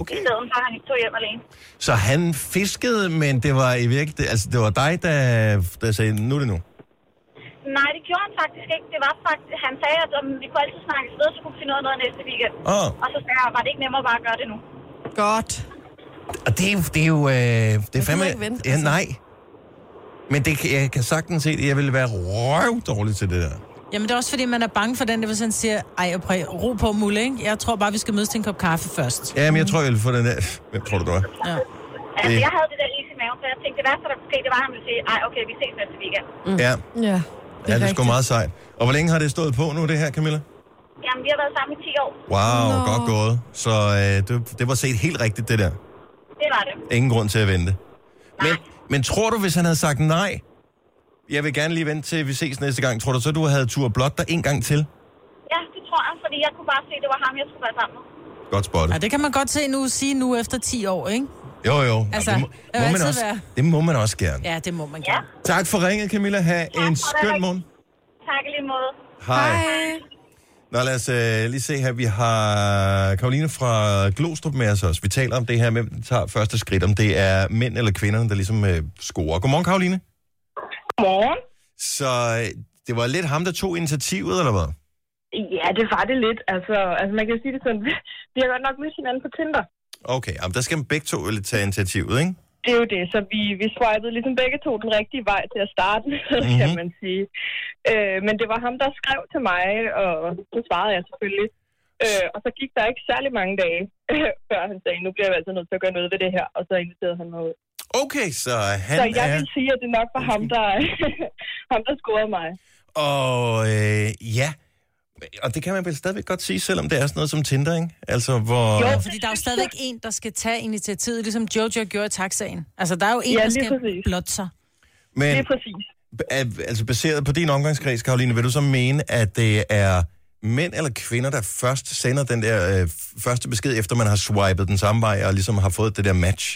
S1: Okay.
S9: stedet for at han ikke tog hjem alene.
S1: Så han fiskede, men det var i virkeligheden... Altså, det var dig, der, der sagde, nu er det nu.
S9: Nej, det gjorde han faktisk ikke. Det var faktisk, han sagde, at om vi kunne altid
S1: Ah.
S9: snakkes ved, så kunne vi finde ud af noget næste weekend.
S1: Åh.
S9: Og så sagde jeg, var det ikke nemmere bare at gøre det nu?
S2: Godt.
S1: Og det er jo... Det er, jo, øh, det er fandme...
S7: ikke vente,
S1: ja, nej. Men det, kan- jeg kan sagtens se, at jeg ville være røv dårlig til det der.
S3: Jamen, det er også fordi, man er bange for den, der hvis han siger, ej, og prøv, ro på, Mulle, ikke? Jeg tror bare, vi skal mødes til en kop kaffe først.
S1: Ja, men jeg tror, jeg ville få den der... Hvem tror du, du er?
S3: Ja.
S10: Altså,
S1: Det-
S10: jeg havde det der is i maven, så jeg tænkte, det værste, der kunne ske, det var, at han ville sige, ej, okay, vi ses næste weekend.
S1: Mm. Ja,
S7: Ja.
S1: det er, ja, det er sgu meget sejt. Og hvor længe har det stået på nu, det her, Camilla?
S10: Jamen, vi har været sammen i 10 år.
S1: Wow,
S2: Nå.
S1: Nå. godt gået. Så øh, det, det var set helt rigtigt, det der.
S10: Det var det.
S1: Ingen grund til at vente. Men, men tror du, hvis han havde sagt nej, jeg vil gerne lige vente til vi ses næste gang, tror du så, du havde tur blot der en gang til?
S10: Ja, det tror jeg, fordi jeg kunne bare se, at det var ham, jeg skulle være sammen med.
S1: Godt spottet.
S3: ja, det kan man godt se nu, sige nu efter 10 år, ikke?
S1: Jo, jo. Altså,
S3: Altså,
S1: det, må,
S3: det vil
S1: må man
S3: altid
S1: også,
S3: være-
S1: det må man også gerne. Ja.
S3: Ja, det må man
S10: Ja.
S3: gerne.
S1: Tak for ringet, Camilla. Ha' en
S10: for det.
S1: skøn morgen.
S10: Tak i lige måde.
S1: Hej. Nå, lad os øh, lige se her. Vi har Karoline fra Glostrup med os også. Vi taler om det her med, hvem der tager første skridt, om det er mænd eller kvinderne, der ligesom øh, scorer. Godmorgen, Karoline.
S10: Morgen.
S1: Så øh, det var lidt ham, der tog initiativet, eller hvad?
S10: Ja, det var det lidt. Altså, altså man kan sige det sådan, vi har godt nok mødt hinanden på Tinder.
S1: Okay, jamen, der skal man begge to lidt tage initiativet, ikke?
S10: Det er jo det, så vi, vi swipede ligesom begge to den rigtige vej til at starte med, mm-hmm. kan man sige. Øh, men det var ham, der skrev til mig, og så svarede jeg selvfølgelig. Øh, og så gik der ikke særlig mange dage, før han sagde, nu bliver jeg altså nødt til at gøre noget ved det her, og så inviterede han mig ud.
S1: Okay, så han
S10: så jeg
S1: er...
S10: vil sige, at det nok var ham, der, ham, der scorede mig.
S1: Og øh, ja, og det kan man vel stadigvæk godt sige, selvom det er sådan noget som Tinder, ikke? Altså, hvor...
S3: Ja, fordi der er jo stadigvæk en, der skal tage initiativet, ligesom Jojo gjorde i taxaen. Altså, der er jo en,
S10: Ja,
S3: der
S10: lige
S3: skal
S10: præcis.
S3: blotte sig.
S10: Det
S1: Men
S10: er præcis.
S1: er- altså baseret på din omgangskreds, Karoline, vil du så mene, at det er mænd eller kvinder, der først sender den der øh, første besked, efter man har swipet den samme vej og ligesom har fået det der match?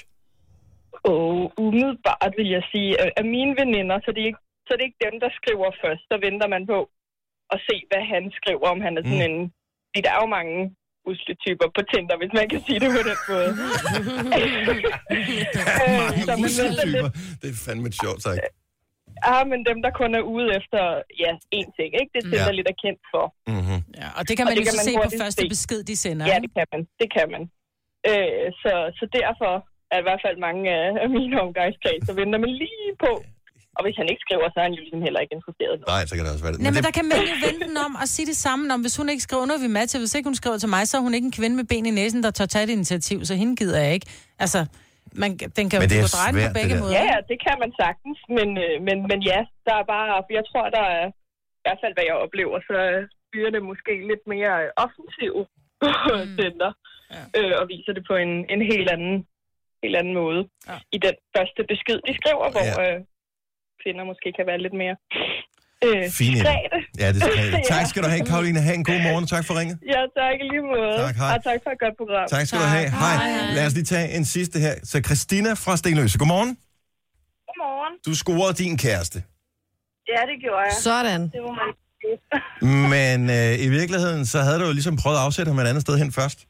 S10: Og umiddelbart vil jeg sige, at af mine veninder, så det er ikke, så det er ikke dem, der skriver først. Så venter man på at se, hvad han skriver, om han er sådan mm. en... Fordi der er jo mange usle typer på Tinder, hvis man kan sige det på den måde. Øh, så man
S1: Mange
S10: venter lidt.
S1: typer. Det er fandme et sjovt sagt.
S10: Ah, men dem, der kun er ude efter, ja, én ting, ikke? Det er Tinder lidt er kendt for.
S1: Mm-hmm.
S3: Ja, og det kan man
S10: det
S3: jo
S10: kan
S3: så
S10: man
S3: se på
S10: hurtigt
S3: første
S10: se.
S3: besked, de sender.
S10: Ja,
S3: ikke?
S10: det kan man. Det kan man. Øh, så, så derfor er i hvert fald mange af af mine omgangskreds, så venter man lige på. Og hvis han ikke skriver, så er han jo ligesom heller ikke interesseret.
S1: Nej, så kan det også være det.
S3: Nej, men
S1: det
S3: der kan man jo vente den om og sige det samme. Om, hvis hun ikke skriver, noget vi matcher. Hvis ikke hun skriver til mig, så er hun ikke en kvinde med ben i næsen, der tør tage et initiativ, så hende gider jeg ikke. Altså, man, den kan jo
S1: Men det
S3: du
S1: er
S3: kan dreje den
S1: svært,
S3: på
S1: det
S3: begge
S1: der.
S3: måder.
S10: Ja, ja, det kan man sagtens, men, øh, men, men ja, der er bare, jeg tror, der er, i hvert fald hvad jeg oplever, så er fyrene måske lidt mere øh, offensive på Tinder,
S3: Mm. Ja.
S10: øh, og viser det på en, en helt anden helt anden måde
S3: Ja.
S10: ja. i den første besked, de skriver, hvor
S1: Ja.
S10: øh, kvinder måske kan være lidt mere øh,
S1: Fine.
S10: diskrete.
S1: Ja, det skal jeg.
S10: Ja.
S1: Tak skal du have, Karoline. Ha' en god morgen. Tak for ringet.
S10: Ja, tak i lige måde.
S1: Tak, hej.
S10: Og tak for et godt program.
S1: Tak skal du have. Hej. Lad os lige tage en sidste her. Så Christina fra Stenløse. Godmorgen.
S10: Godmorgen.
S1: Du scorede din kæreste.
S10: Ja, det gjorde jeg.
S7: Sådan.
S10: Det må man sige.
S1: Men øh, i virkeligheden, så havde du jo ligesom prøvet at afsætte ham et andet sted hen først.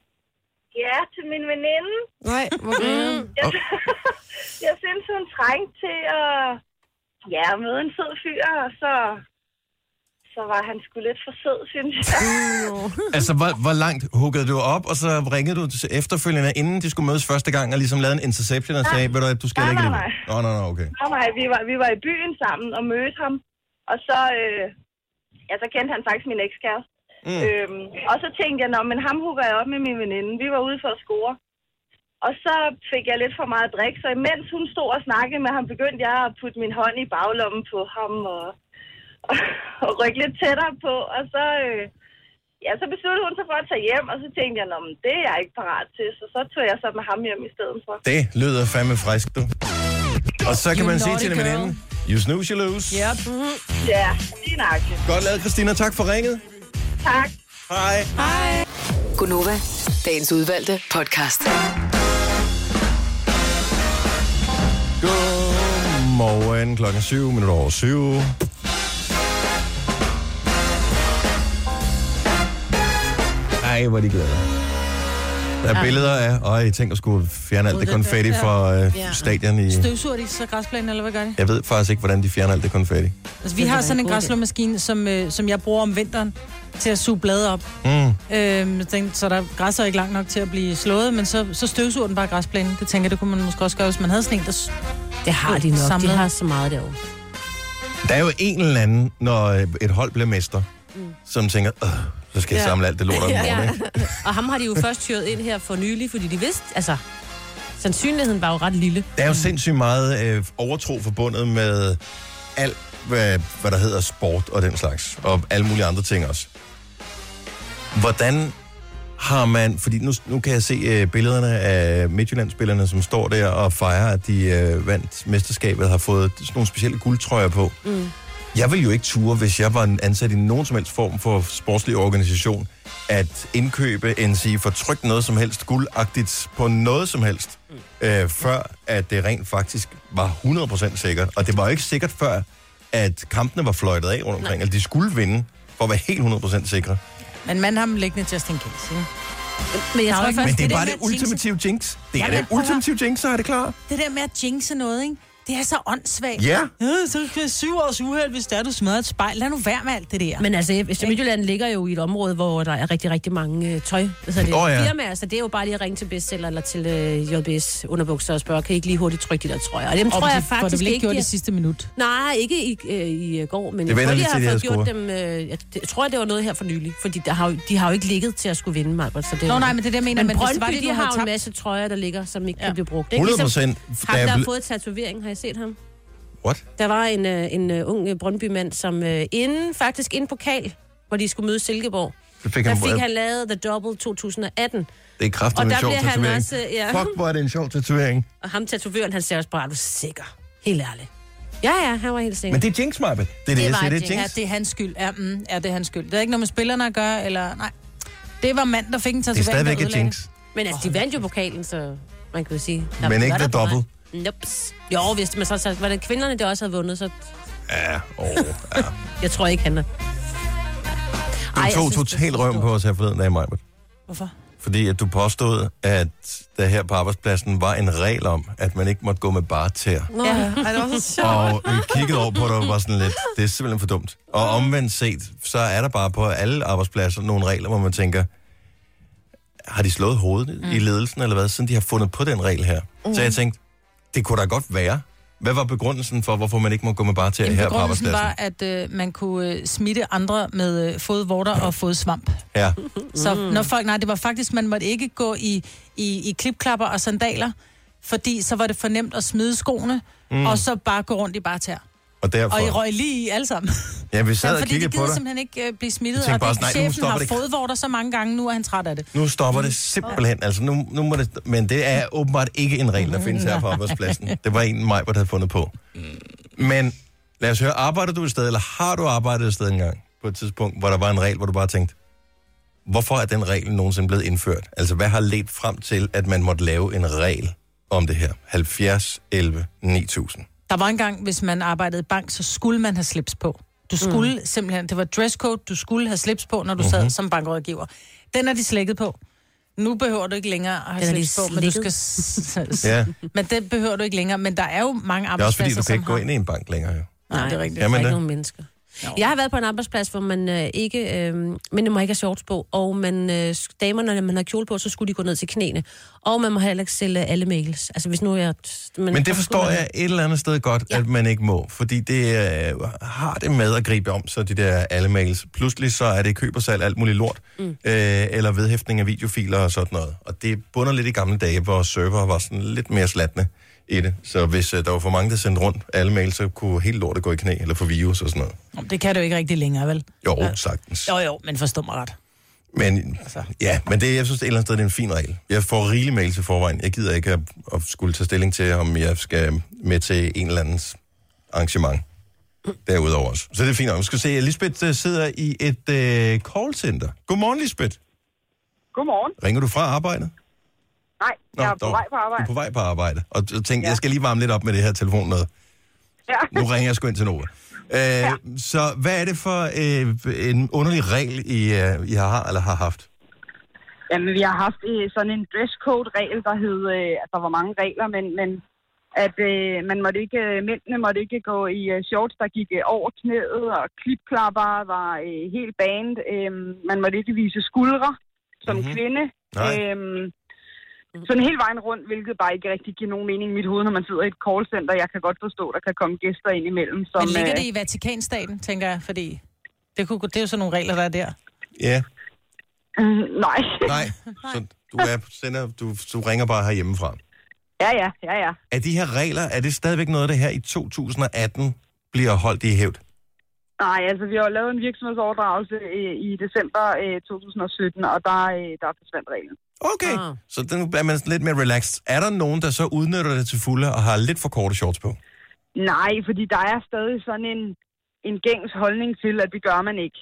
S10: Ja, til min veninde.
S7: Nej, hvor mm.
S10: Jeg, jeg synes, hun trængte til at ja, at møde en sød fyr, og så, så var han sgu lidt for sød, synes jeg.
S7: Mm.
S1: Altså, hvor, hvor langt huggede du op, og så ringede du til efterfølgende, inden de skulle mødes første gang, og ligesom lavede en interception og sagde, ved du, at du skal
S10: Nej,
S1: ikke
S10: nej,
S1: Nå, nej, nej, okay.
S10: Nej, nej, vi var, vi var i byen sammen og mødte ham, og så, øh, ja, så kendte han faktisk min ekskæreste. Mm. Øhm, og så tænkte jeg, Nå, men ham hugger jeg op med min veninde. Vi var ude for at score. Og så fik jeg lidt for meget drik, så imens hun stod og snakkede med ham, begyndte jeg at putte min hånd i baglommen på ham og, og, og rykke lidt tættere på. Og så, øh, ja, så besluttede hun sig for at tage hjem, og så tænkte jeg, Nå, men det er jeg ikke parat til, så så tog jeg så med ham hjem i stedet for.
S1: Det lyder fandme frisk, du. Og så kan
S3: You
S1: man sige
S3: naughty
S1: til en
S3: girl.
S1: veninde, you snooze, you lose.
S3: Ja.
S10: Ja, lige nøjagtigt.
S1: Godt lavet, Christina. Tak for ringet.
S10: Tak.
S1: Hej.
S5: Gunova, dagens udvalgte podcast.
S1: Godmorgen klokken 7 minutter over 7. Ej, hvor er de glade. Der er billeder af, og jeg tænker skulle fjerne alt det konfetti fra øh, stadion i...
S3: Støvsuger de så græsplænen, eller hvad gør de?
S1: Jeg ved faktisk ikke, hvordan de fjerner alt det konfetti.
S3: Altså, vi har sådan en græsslåmaskine, som, øh, som jeg bruger om vinteren til at suge blade op.
S1: Mm.
S3: Øhm, jeg tænkte, så der græsser ikke langt nok til at blive slået, men så, så støvsuger den bare græsplænen. Det tænker jeg, det kunne man måske også gøre, hvis man havde sådan en, der... s-
S4: Det har de nok.
S3: Samlet.
S4: Samlet. De har så meget derovre.
S1: Der er jo en eller anden, når øh, et hold bliver mester, mm. som tænker, "Åh, så skal jeg samle alt det lort op i morgen,
S4: Ja.
S1: ikke?
S4: Og ham har de jo først tyret ind her for nylig, fordi de vidste, altså, sandsynligheden var jo ret lille.
S1: Der er jo sindssygt meget øh, overtro forbundet med alt, hvad, hvad der hedder sport og den slags, og alle mulige andre ting også. Hvordan har man, fordi nu, nu kan jeg se øh, billederne af Midtjyllandsspillerne, som står der og fejrer, at de øh, vandt mesterskabet, har fået sådan nogle specielle guldtrøjer på. Mm. Jeg ville jo ikke ture, hvis jeg var en ansat i nogen som helst form for sportslig organisation, at indkøbe en sige for trykt noget som helst guldagtigt på noget som helst, øh, før at det rent faktisk var 100% sikkert. Og det var jo ikke sikkert før, at kampene var fløjtet af rundt omkring, eller de skulle vinde for at være helt 100% sikre.
S3: Men man har dem liggende just in case, ikke?
S4: Men jeg
S3: Der er
S4: tror
S3: jo ikke-
S4: først,
S1: Men
S3: Altså,
S1: det er
S3: det der
S1: bare
S3: med
S1: det
S3: at jinxe-
S1: ultimative jinx. Det er
S3: Jamen,
S1: det
S3: prøv at høre.
S1: ultimative jinx, så er det klar.
S3: Det der med at jinxe noget, ikke? Det er så åndssvagt.
S1: Ja.
S3: ja så skal jeg syv års uheld, hvis det er, du smadrer et spejl. Lad nu være med alt det der.
S4: Men altså, Østmidtjylland ligger jo i et område, hvor der er rigtig, rigtig mange øh, tøj. Altså, det
S1: Åh,
S4: oh,
S1: ja.
S4: ja. firmaer, så det er jo bare lige at ringe til bestseller eller til øh, JBS underbukser og spørge, kan I ikke lige hurtigt trykke de der trøjer? Og dem tror jeg
S3: for det
S4: faktisk
S3: vel ikke
S4: ikke,
S3: gjort
S4: de
S3: det sidste minut.
S4: Nej, ikke i, øh, i øh, går, men
S1: Det
S4: jeg
S1: venter
S4: tror, de
S1: lidt
S4: har
S1: til, de
S4: fået
S1: har
S4: gjort dem... Øh, jeg, jeg tror, det var noget her for nylig, fordi der har, jo- de har jo ikke ligget til at skulle vinde, Marbert, så det er
S3: Nå
S4: jo-
S3: nej, men det er det, jeg mener.
S4: Men, men
S3: hvis
S4: Brøndby,
S3: det var det,
S4: de
S3: du havde
S4: har jo en
S3: tabt-
S4: masse trøjer, der ligger, som ikke
S3: Ja.
S4: ja. kan blive brugt. Ikke?
S1: 100
S4: Ligesom
S1: procent.
S4: ham, der har fået tatovering, har I set ham?
S1: What?
S4: Der var en, øh, en øh, ung øh, Brøndby-mand, som øh, inden, faktisk inden pokal, hvor de skulle møde Silkeborg,
S1: Så fik
S4: der
S1: han,
S4: fik han lavet The Double 2018.
S1: det er kraftigt
S4: og
S1: med
S4: der
S1: en sjov
S4: blev han
S1: tatovering.
S4: også, ja.
S1: Fuck, hvor er det en sjov tatovering.
S4: Og ham tatovøren, han sagde også bare, er du sikker? Helt ærligt. Ja, ja, han var helt sikker.
S1: Men det er jinx, Marbe. Det er det, det jeg
S4: var
S1: siger, det
S4: et
S1: er
S4: jinx.
S1: jinx.
S3: Ja, det er hans skyld. Ja, mm, ja, det er hans skyld. Det er ikke noget med spillerne at gøre, eller nej. Det var mand, der fik en
S1: Det er
S3: tatovering,
S1: stadigvæk
S3: der
S1: et
S3: ødelagde
S1: jinx.
S4: Men altså, de vandt jo pokalen, så man kan jo sige... Der
S1: Men
S4: var
S1: ikke
S4: der
S1: det
S4: på vej.
S1: dobbelt.
S4: Nups. Jo, hvis man så, så var det kvinderne, der også havde vundet, så
S1: Ja, åh. Ja.
S4: jeg tror ikke, han er... Ej,
S1: Du
S4: jeg
S1: tog
S4: synes, det er
S1: total
S4: så
S1: røven
S4: stort.
S1: på os her forleden dag, Marbe.
S3: det. Hvorfor?
S1: Fordi at du påstod, at der her på arbejdspladsen var en regel om, at man ikke måtte gå med bare tæer.
S7: Nå, ja. Ej, det var så sjovt.
S1: Og vi kiggede over på dig og var sådan lidt, det er simpelthen for dumt. Og omvendt set, så er der bare på alle arbejdspladser nogle regler, hvor man tænker, har de slået hovedet mm. i ledelsen eller hvad, siden de har fundet på den regel her. Mm. Så jeg tænkte, det kunne da godt være. Hvad var begrundelsen for, hvorfor man ikke må gå med bare til
S3: Jamen,
S1: her på
S3: begrundelsen
S1: arbejdspladsen?
S3: var, at øh, man kunne øh, smitte andre med øh, fodvorter og fodsvamp.
S1: Ja.
S4: Mm.
S3: Så når folk, nej, det var faktisk, man måtte ikke gå i, i, i klipklapper og sandaler, fordi så var det for nemt at smide skoene, mm. og så bare gå rundt i bare tær.
S1: Og derfor...
S3: Og I røg lige i alle sammen.
S1: ja, vi sad
S3: Jamen,
S1: og
S3: fordi de
S1: kiggede på
S3: gider
S1: dig.
S3: simpelthen ikke øh, blive smittet,
S1: Jeg tænkte
S3: og
S1: bare
S3: det,
S1: sådan, nej, nu
S3: chefen
S1: stopper
S3: har
S1: det.
S3: fodvorter så mange gange nu, er han træt af det.
S1: Nu stopper det simpelthen. Altså, nu, nu må det, men det er åbenbart ikke en regel, der findes her på arbejdspladsen. Det var en mig, der havde fundet på. Men lad os høre, arbejder du et sted, eller har du arbejdet et sted engang på et tidspunkt, hvor der var en regel, hvor du bare tænkte, hvorfor er den regel nogensinde blevet indført? Altså, hvad har ledt frem til, at man måtte lave en regel om det her? 70, 11, 9000.
S3: Der var engang, hvis man arbejdede i bank, så skulle man have slips på. Du skulle mm. simpelthen, det var dresscode, du skulle have slips på, når du sad som bankrådgiver. Den er de slækket på. Nu behøver du ikke længere at have
S4: Den er de
S3: slips på, men du skal...
S4: slækket.
S3: s- s-
S1: Ja.
S3: Men den behøver du ikke længere. Men der er jo mange
S1: Det er også fordi, du
S3: arbejdspladser,
S1: kan
S3: som
S1: ikke gå ind i en bank længere. Jo.
S3: Har... Nej, det er
S4: Nej.
S3: rigtigt.
S1: Kan
S4: Der
S1: man
S4: er ikke
S1: det?
S4: nogen mennesker. Jeg har været på en arbejdsplads, hvor man øh, ikke, øh, men må ikke have shorts på, og man, øh, damerne, når man har kjole på, så skulle de gå ned til knæene. Og man må heller ikke sælge alle mails. Altså, hvis nu jeg...
S1: Men det forstår jeg et eller andet sted godt, ja. at man ikke må, fordi det øh, har det med at gribe om, så de der alle mails. Pludselig så er det køb og salg alt muligt lort, mm. øh, eller vedhæftning af videofiler og sådan noget. Og det bunder lidt i gamle dage, hvor server var sådan lidt mere slatne i det. Så hvis øh, der var for mange, der sendte rundt alle mails, så kunne helt lortet gå i knæ, eller få virus og sådan noget.
S3: Nå, Det kan du ikke rigtig længere, vel?
S1: Jo, ja. sagtens.
S3: Jo, jo, men forstå mig ret.
S1: Men, ja, men det, jeg synes, det er et eller andet sted det er en fin regel. Jeg får rigelig mail til forvejen. Jeg gider ikke at, at skulle tage stilling til, om jeg skal med til en eller andens arrangement derudover også. Så det er fint nok. Vi skal se, at Lisbeth øh, sidder i et øh, callcenter. Godmorgen, Lisbeth.
S10: Godmorgen.
S1: Ringer du fra arbejdet?
S10: Nej, jeg er på
S1: dog.
S10: vej
S1: Du
S10: på
S1: er
S10: arbejde.
S1: på vej på arbejde. Og så tænkte, ja.
S10: Ja.
S1: jeg skal lige varme lidt op med det her telefon noget.
S10: Ja.
S1: Nu ringer jeg sgu ind til Nova. Øh, ja. Så hvad er det for øh, en underlig regel, I, øh, I har, eller har haft?
S11: Jamen, vi har haft øh, sådan en dresscode-regel, der hed, øh, at der var mange regler, men, men at øh, man måtte ikke, øh, mændene måtte ikke gå i øh, shorts, der gik øh, over knæet, og klipklapper var øh, helt banet. Øh, man måtte ikke vise skuldre som mm-hmm. kvinde.
S1: Mhm. Nej.
S11: Øh, sådan hele vejen rundt, hvilket bare ikke rigtig giver nogen mening i mit hoved, når man sidder i et callcenter. Jeg kan godt forstå, der kan komme gæster ind imellem. Som,
S3: Men ligger
S11: øh,
S3: det i Vatikanstaten, tænker jeg, fordi det, kunne, det er jo sådan nogle regler, der er der.
S1: Ja,
S11: øh, nej.
S1: nej. Så du, er, sender, du, du ringer bare herhjemmefra.
S11: ja, ja, ja, ja.
S1: Er de her regler, er det stadigvæk noget af det her i 2018 bliver holdt i hævd?
S11: Nej, altså vi har jo lavet en virksomhedsoverdragelse øh, i december øh, 2017, og der, øh, der forsvandt reglen.
S1: Okay,
S4: Ah.
S1: ah. så den er man lidt mere relaxed. Er der nogen, der så udnytter det til fulde og har lidt for korte shorts på?
S11: Nej, fordi der er stadig sådan en, en gængs holdning til, at det gør man ikke.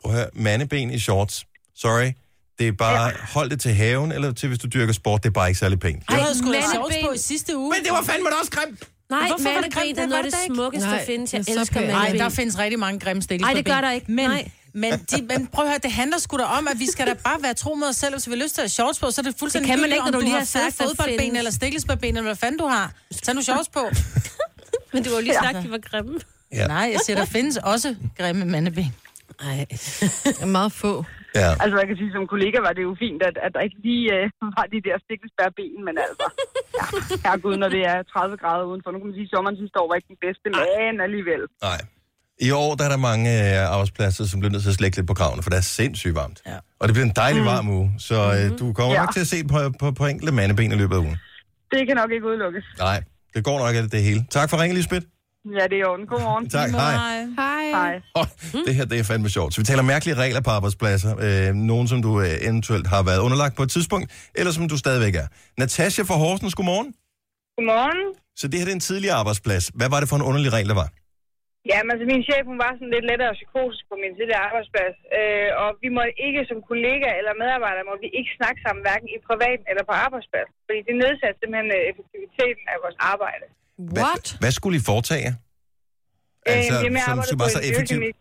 S1: Prøv at høre, mandeben i shorts. Sorry, det er bare, ja. hold det til haven, eller til hvis du dyrker sport, det er bare ikke særlig pænt.
S3: Jeg havde sgu da
S4: mandeben.
S3: shorts på i sidste uge.
S1: Men det var fandme da også grimt!
S4: Nej,
S3: Hvorfor var det
S4: mandeben
S3: grimt?
S4: er noget
S3: Det var
S4: af
S3: det
S4: det
S3: da ikke.
S4: smukkeste, der
S2: Nej,
S4: findes. Jeg
S2: det er så
S4: elsker
S2: pænt.
S3: Nej, der
S4: mandeben.
S3: findes rigtig mange grimme stille
S4: Ej, det gør der ikke.
S3: Men,
S4: Nej.
S3: men, de, men prøv at høre, det handler sgu da om, at vi skal da bare være tro mod os selv. Hvis vi har lyst til at have shorts på, så er det fuldstændig
S4: Det kan man
S3: ligegyldigt,
S4: ikke, når
S3: om
S4: du lige
S3: har
S4: har sagt, der
S3: fede fodboldben
S4: findes.
S3: eller stikkelsbærben, eller hvad fanden du har. Tag nu shorts på.
S4: Men du har jo lige sagt, at de var grimme.
S1: Ja.
S3: Nej, jeg siger, der findes også grimme mandeben.
S4: Nej.
S2: Meget få.
S1: Ja.
S11: Altså jeg kan sige, som kollega var det jo fint, at, at der ikke lige øh, var de der stikkelsbær ben, men altså, ja, herregud, når det er 30 grader udenfor. Nu kan man sige, at sommeren sidste år var ikke den bedste, men alligevel.
S1: Nej. I år der er der mange øh, arbejdspladser, som bliver nødt til at slække lidt på kravene, for det er sindssygt varmt.
S3: Ja.
S1: Og det bliver en dejlig varm uge, så øh, du kommer
S11: Ja.
S1: nok til at se på, på, på enkelte mandeben i løbet af ugen.
S11: Det kan nok ikke udelukkes.
S1: Nej, det går nok af det, det hele. Tak for ringen, Lisbeth.
S11: Ja, det er i orden. Godmorgen.
S1: Tak, hej.
S11: Hej.
S1: Oh, det her, det er fandme sjovt. Så vi taler mærkelige regler på arbejdspladser. Øh, nogen, som du øh, eventuelt har været underlagt på et tidspunkt, eller som du stadigvæk er. Natasha fra Horsens, godmorgen.
S11: Godmorgen.
S1: Så det her, det er en tidligere arbejdsplads. Hvad var det for en underlig regel, der var?
S11: Jamen, altså, min chef, hun var sådan lidt lettere psykotisk på min tidligere arbejdsplads. Øh, og vi måtte ikke som kollega eller medarbejdere, måtte vi ikke snakke sammen, hverken i privat eller på arbejdspladsen. Fordi det nedsatte simpelthen øh, effektiviteten af vores arbejde.
S1: Hva,
S2: What?
S1: hvad skulle I foretage? Altså,
S11: Øh, jamen, jeg
S1: som-
S11: arbejdede
S1: som var
S11: på
S1: så
S11: en
S1: effektiv.
S11: dyrklinik.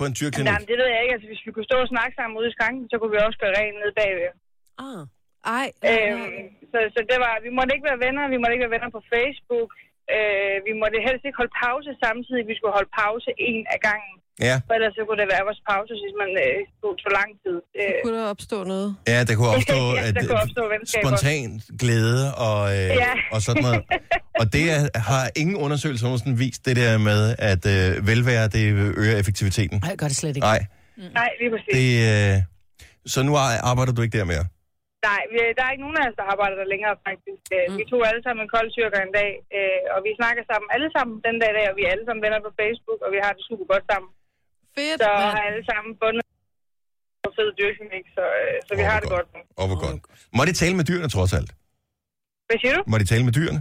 S1: På en dyrklinik?
S11: Nej, men det ved jeg ikke. Altså, hvis vi kunne stå og snakke sammen ude i skranken, så kunne vi også gøre rent nede bagved.
S4: Ah.
S2: Ej,
S11: Øhm, så, så det var, vi måtte ikke være venner, vi måtte ikke være venner på Facebook. Øh, vi måtte helst ikke holde pause samtidig, vi skulle holde pause en af gangen.
S1: Ja.
S11: For ellers så kunne det være vores pause, hvis man øh, tog for lang tid. Øh,
S2: kunne der opstå noget?
S1: Ja, der kunne opstå,
S11: Ja, der
S1: at-
S11: kunne opstå venskaber.
S1: spontan glæde og, øh,
S11: Ja.
S1: og sådan noget. Og det er, har ingen undersøgelser nogensinde vist, det der med, at øh, velvære, det øger effektiviteten.
S3: Nej, gør det slet ikke.
S1: Nej,
S11: nej, lige præcis. Det...
S1: det... Øh, så nu ar- arbejder du ikke der mere?
S11: Nej, vi, der er ikke nogen af os, der arbejder der længere, faktisk. Øh,
S2: Mm.
S11: Vi tog alle sammen en kold tyrker en dag, øh, og vi snakker sammen alle sammen den dag i dag, og vi er alle sammen venner på Facebook, og vi har det super godt sammen.
S2: Fedt,
S11: Så
S2: mand.
S11: har alle sammen bundet på fed dyrkning, så, øh, så vi
S1: Åh,
S11: har
S1: hvor
S11: det
S1: godt.
S11: godt.
S1: Åh, hvor godt. Må de tale med dyrene, trods alt?
S11: Hvad siger du?
S1: Må de tale med dyrene?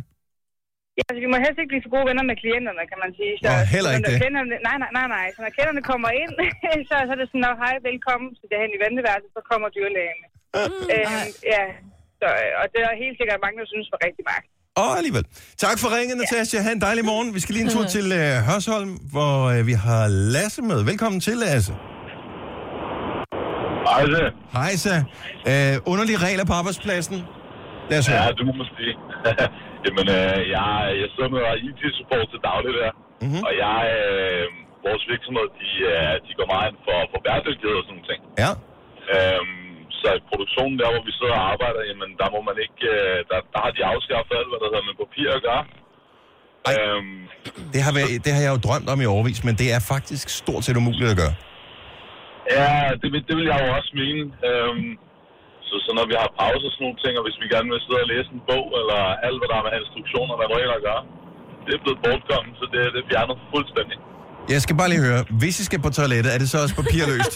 S11: Ja, altså, vi må helst ikke blive for gode venner med klienterne, kan man sige.
S1: Nå, heller
S11: så
S1: ikke
S11: når
S1: det.
S11: Klienterne, nej, nej, nej, nej. Så når klienterne kommer ind, så, så er det sådan, "Nå, hej, velkommen til det hen i venteværelset, så kommer dyrlægerne. Mm, øhm, ja, så, øh, og det er helt sikkert mange, der synes var rigtig magt.
S1: Åh, alligevel. Tak for ringen, Natasha. Ha' en dejlig morgen. Vi skal lige en tur til øh, Hørsholm, hvor øh, vi har Lasse med. Velkommen til, Lasse.
S12: Ejse,
S1: Hej, så. Øh, underlige regler på arbejdspladsen. Lad os høre.
S12: ja, du må måske. Jamen, øh, jeg, jeg sidder med IT-support til daglig der, mm-hmm. og jeg, øh, vores virksomhed, de, øh, de går meget ind for, for bæredygtighed og sådan nogle ting.
S1: Ja.
S12: Øhm, så i produktionen der, hvor vi sidder og arbejder, jamen, der må man ikke, øh, der, der har de afskaffet alt, hvad der hedder med papir at gøre.
S1: Ej.
S12: Øhm,
S1: Det har, været, det har jeg jo drømt om i overvis, men det er faktisk stort set umuligt at gøre.
S12: ja, det, vil- det vil jeg jo også mene. Øhm, så, så når vi har pause og sådan nogle ting, og hvis vi gerne vil sidde og læse en bog, eller alt, hvad der er med instruktioner, hvad regler gør, det er blevet bortkommet, så det, det er fjernet fuldstændig.
S1: Jeg skal bare lige høre, hvis I skal på toilettet, er det så også papirløst?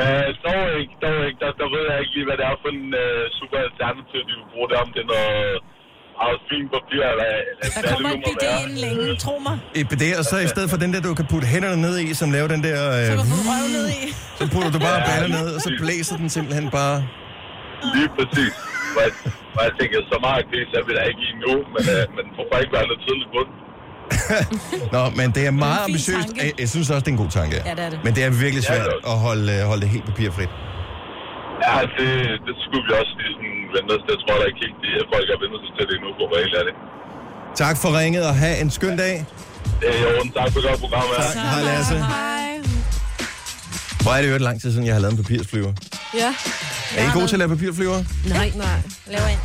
S12: Øh, dog ikke, dog ikke. Der, der ved jeg ikke lige, hvad det er for en øh, super alternativ, de vil bruge der, om det er noget meget fint papir, eller... eller
S3: Der
S12: hvad
S3: kommer
S12: det
S3: en
S12: nu må
S3: bidé
S12: være.
S3: inden længe, tro mig.
S1: I det, og så i stedet for den der, du kan putte hænderne ned i, som laver den der...
S3: Så kan
S1: Øh,
S3: du få røv ned i.
S1: så putter du bare baller ned, og så blæser den simpelthen bare...
S12: Lige præcis. Og jeg, og jeg tænker, så meget gris er vi da ikke i nu, men, øh, men får bare ikke være lidt tidligt på den.
S1: Nå, men det er meget
S3: fin
S1: ambitiøst.
S3: tanke.
S1: Jeg, jeg synes også, det er en god tanke.
S3: Ja, det er det.
S1: Men det er virkelig
S12: Ja, det er
S1: svært
S12: det også.
S1: at holde, øh, holde det helt papirfrit.
S12: Ja, det, det skulle vi også lige sådan vente os til. Jeg tror da ikke helt, at folk har vendt sig til det endnu, for at være helt ærlig.
S1: Tak for ringet, og have en skøn dag.
S12: Det er i orden. Tak for et godt program. her.
S1: Tak, hej Lasse. Hvor er det jo et lang tid siden, jeg har lavet en papirflyver.
S7: Ja.
S1: Er I gode til at lave papirflyver?
S4: Nej,
S7: nej.
S3: Laver en.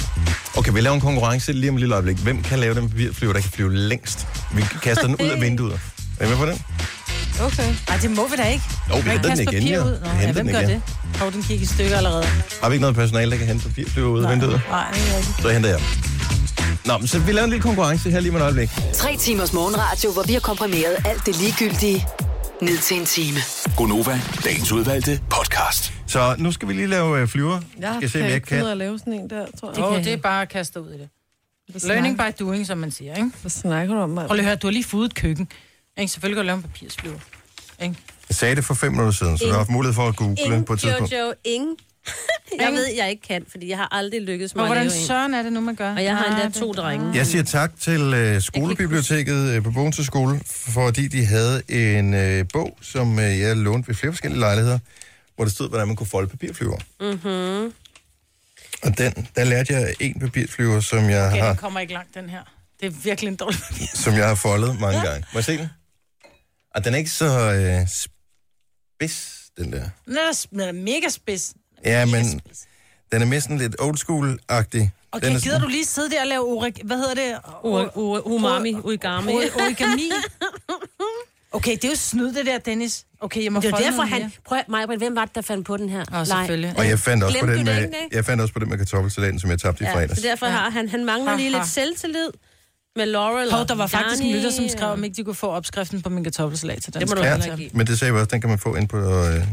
S1: Okay, vi laver en konkurrence lige om et lille øjeblik. Hvem kan lave den papirflyver, der kan flyve længst? Vi kaster den ud af vinduet. Er I med på den?
S3: Okay. Nej, det må vi da ikke.
S1: Jo, vi
S3: Man
S1: henter
S3: kan
S1: den
S3: kaste
S1: igen,
S3: papir
S1: jo.
S3: ud.
S1: Vi
S3: Nå,
S1: henter
S3: ja, hvem
S1: den
S3: gør
S1: igen.
S3: det? Hov, den gik i stykker allerede.
S1: Har vi ikke noget personale, der kan hente papirflyver ud af vinduet?
S3: Nej, det er rigtigt.
S1: Så henter jeg. Nå, men så vi laver en lille konkurrence her lige om et øjeblik.
S5: Tre timers morgenradio, hvor vi har komprimeret alt det ligegyldige ned til en time.
S6: Gonova, dagens udvalgte podcast.
S1: Så nu skal vi lige lave øh, flyver.
S7: Jeg
S1: skal se, om
S7: kan
S1: jeg
S7: ikke finde ud
S1: kan.
S7: af at lave sådan en der, tror jeg.
S3: Åh, det er bare at kaste ud i det. Learning by doing, som man siger, ikke?
S7: Hvad snakker du om, mand?
S3: Prøv lige at høre, du har lige fået et køkken. Ikke? Selvfølgelig kan du lave en papirflyver. Ikke?
S1: Jeg sagde det for fem minutter siden, så du har haft mulighed for at google
S4: Ingen,
S1: på et tidspunkt.
S4: Jojo, ingen. Jeg ved, jeg ikke kan, fordi jeg har aldrig lykkedes
S3: Og
S4: mig at
S3: hvordan
S4: lave en.
S3: søren er det nu, man gør?
S4: Og jeg har
S3: Nej,
S4: endda
S3: det-
S4: to drenge.
S1: Jeg siger tak til øh, skolebiblioteket øh, på Bogense Skole, fordi de havde en øh, bog, som øh, jeg lånte ved flere forskellige lejligheder, hvor der stod, hvordan man kunne folde papirflyver.
S4: Mm-hmm.
S1: Og den, der lærte jeg en papirflyver, som jeg,
S3: Okay, den
S1: har,
S3: kommer ikke langt, den her. Det er virkelig en dårlig papir.
S1: som jeg har foldet mange gange. Må jeg se den? Og den er ikke så øh, spids, den der.
S3: Den er, da- den er mega spids.
S1: Ja, men den er mere sådan lidt old school-agtig.
S3: Okay,
S1: den er
S3: gider du lige sidde der og lave urik... Hvad hedder det?
S4: U- u- umami, uigami.
S3: U- Origami? Okay, det er jo snyd, det der, Dennis. Okay, jeg må
S4: Det er jo
S3: folde
S4: derfor,
S3: noget
S4: han...
S3: mere.
S4: Prøv at, Maja, hvem var det, der fandt på den her?
S3: Åh, selvfølgelig.
S1: Og jeg fandt, også på
S4: Glemte
S1: den
S4: du det
S1: med,
S4: ikke, Nick?
S1: jeg fandt også på den med kartoffelsalaten, som jeg tabte i
S4: Ja,
S1: fredags.
S4: så derfor har han... Han mangler lige lidt selvtillid med Laurel
S3: Hov,
S4: og
S3: der var faktisk en
S4: Dani
S3: lytter, som skrev,
S4: og-
S3: om ikke de kunne få opskriften på min kartoffelsalat til den.
S4: Det må du
S3: skrev jeg
S4: heller
S3: til
S4: ikke
S3: ham.
S4: give.
S1: Men det sagde vi også, den kan man få ind på øh,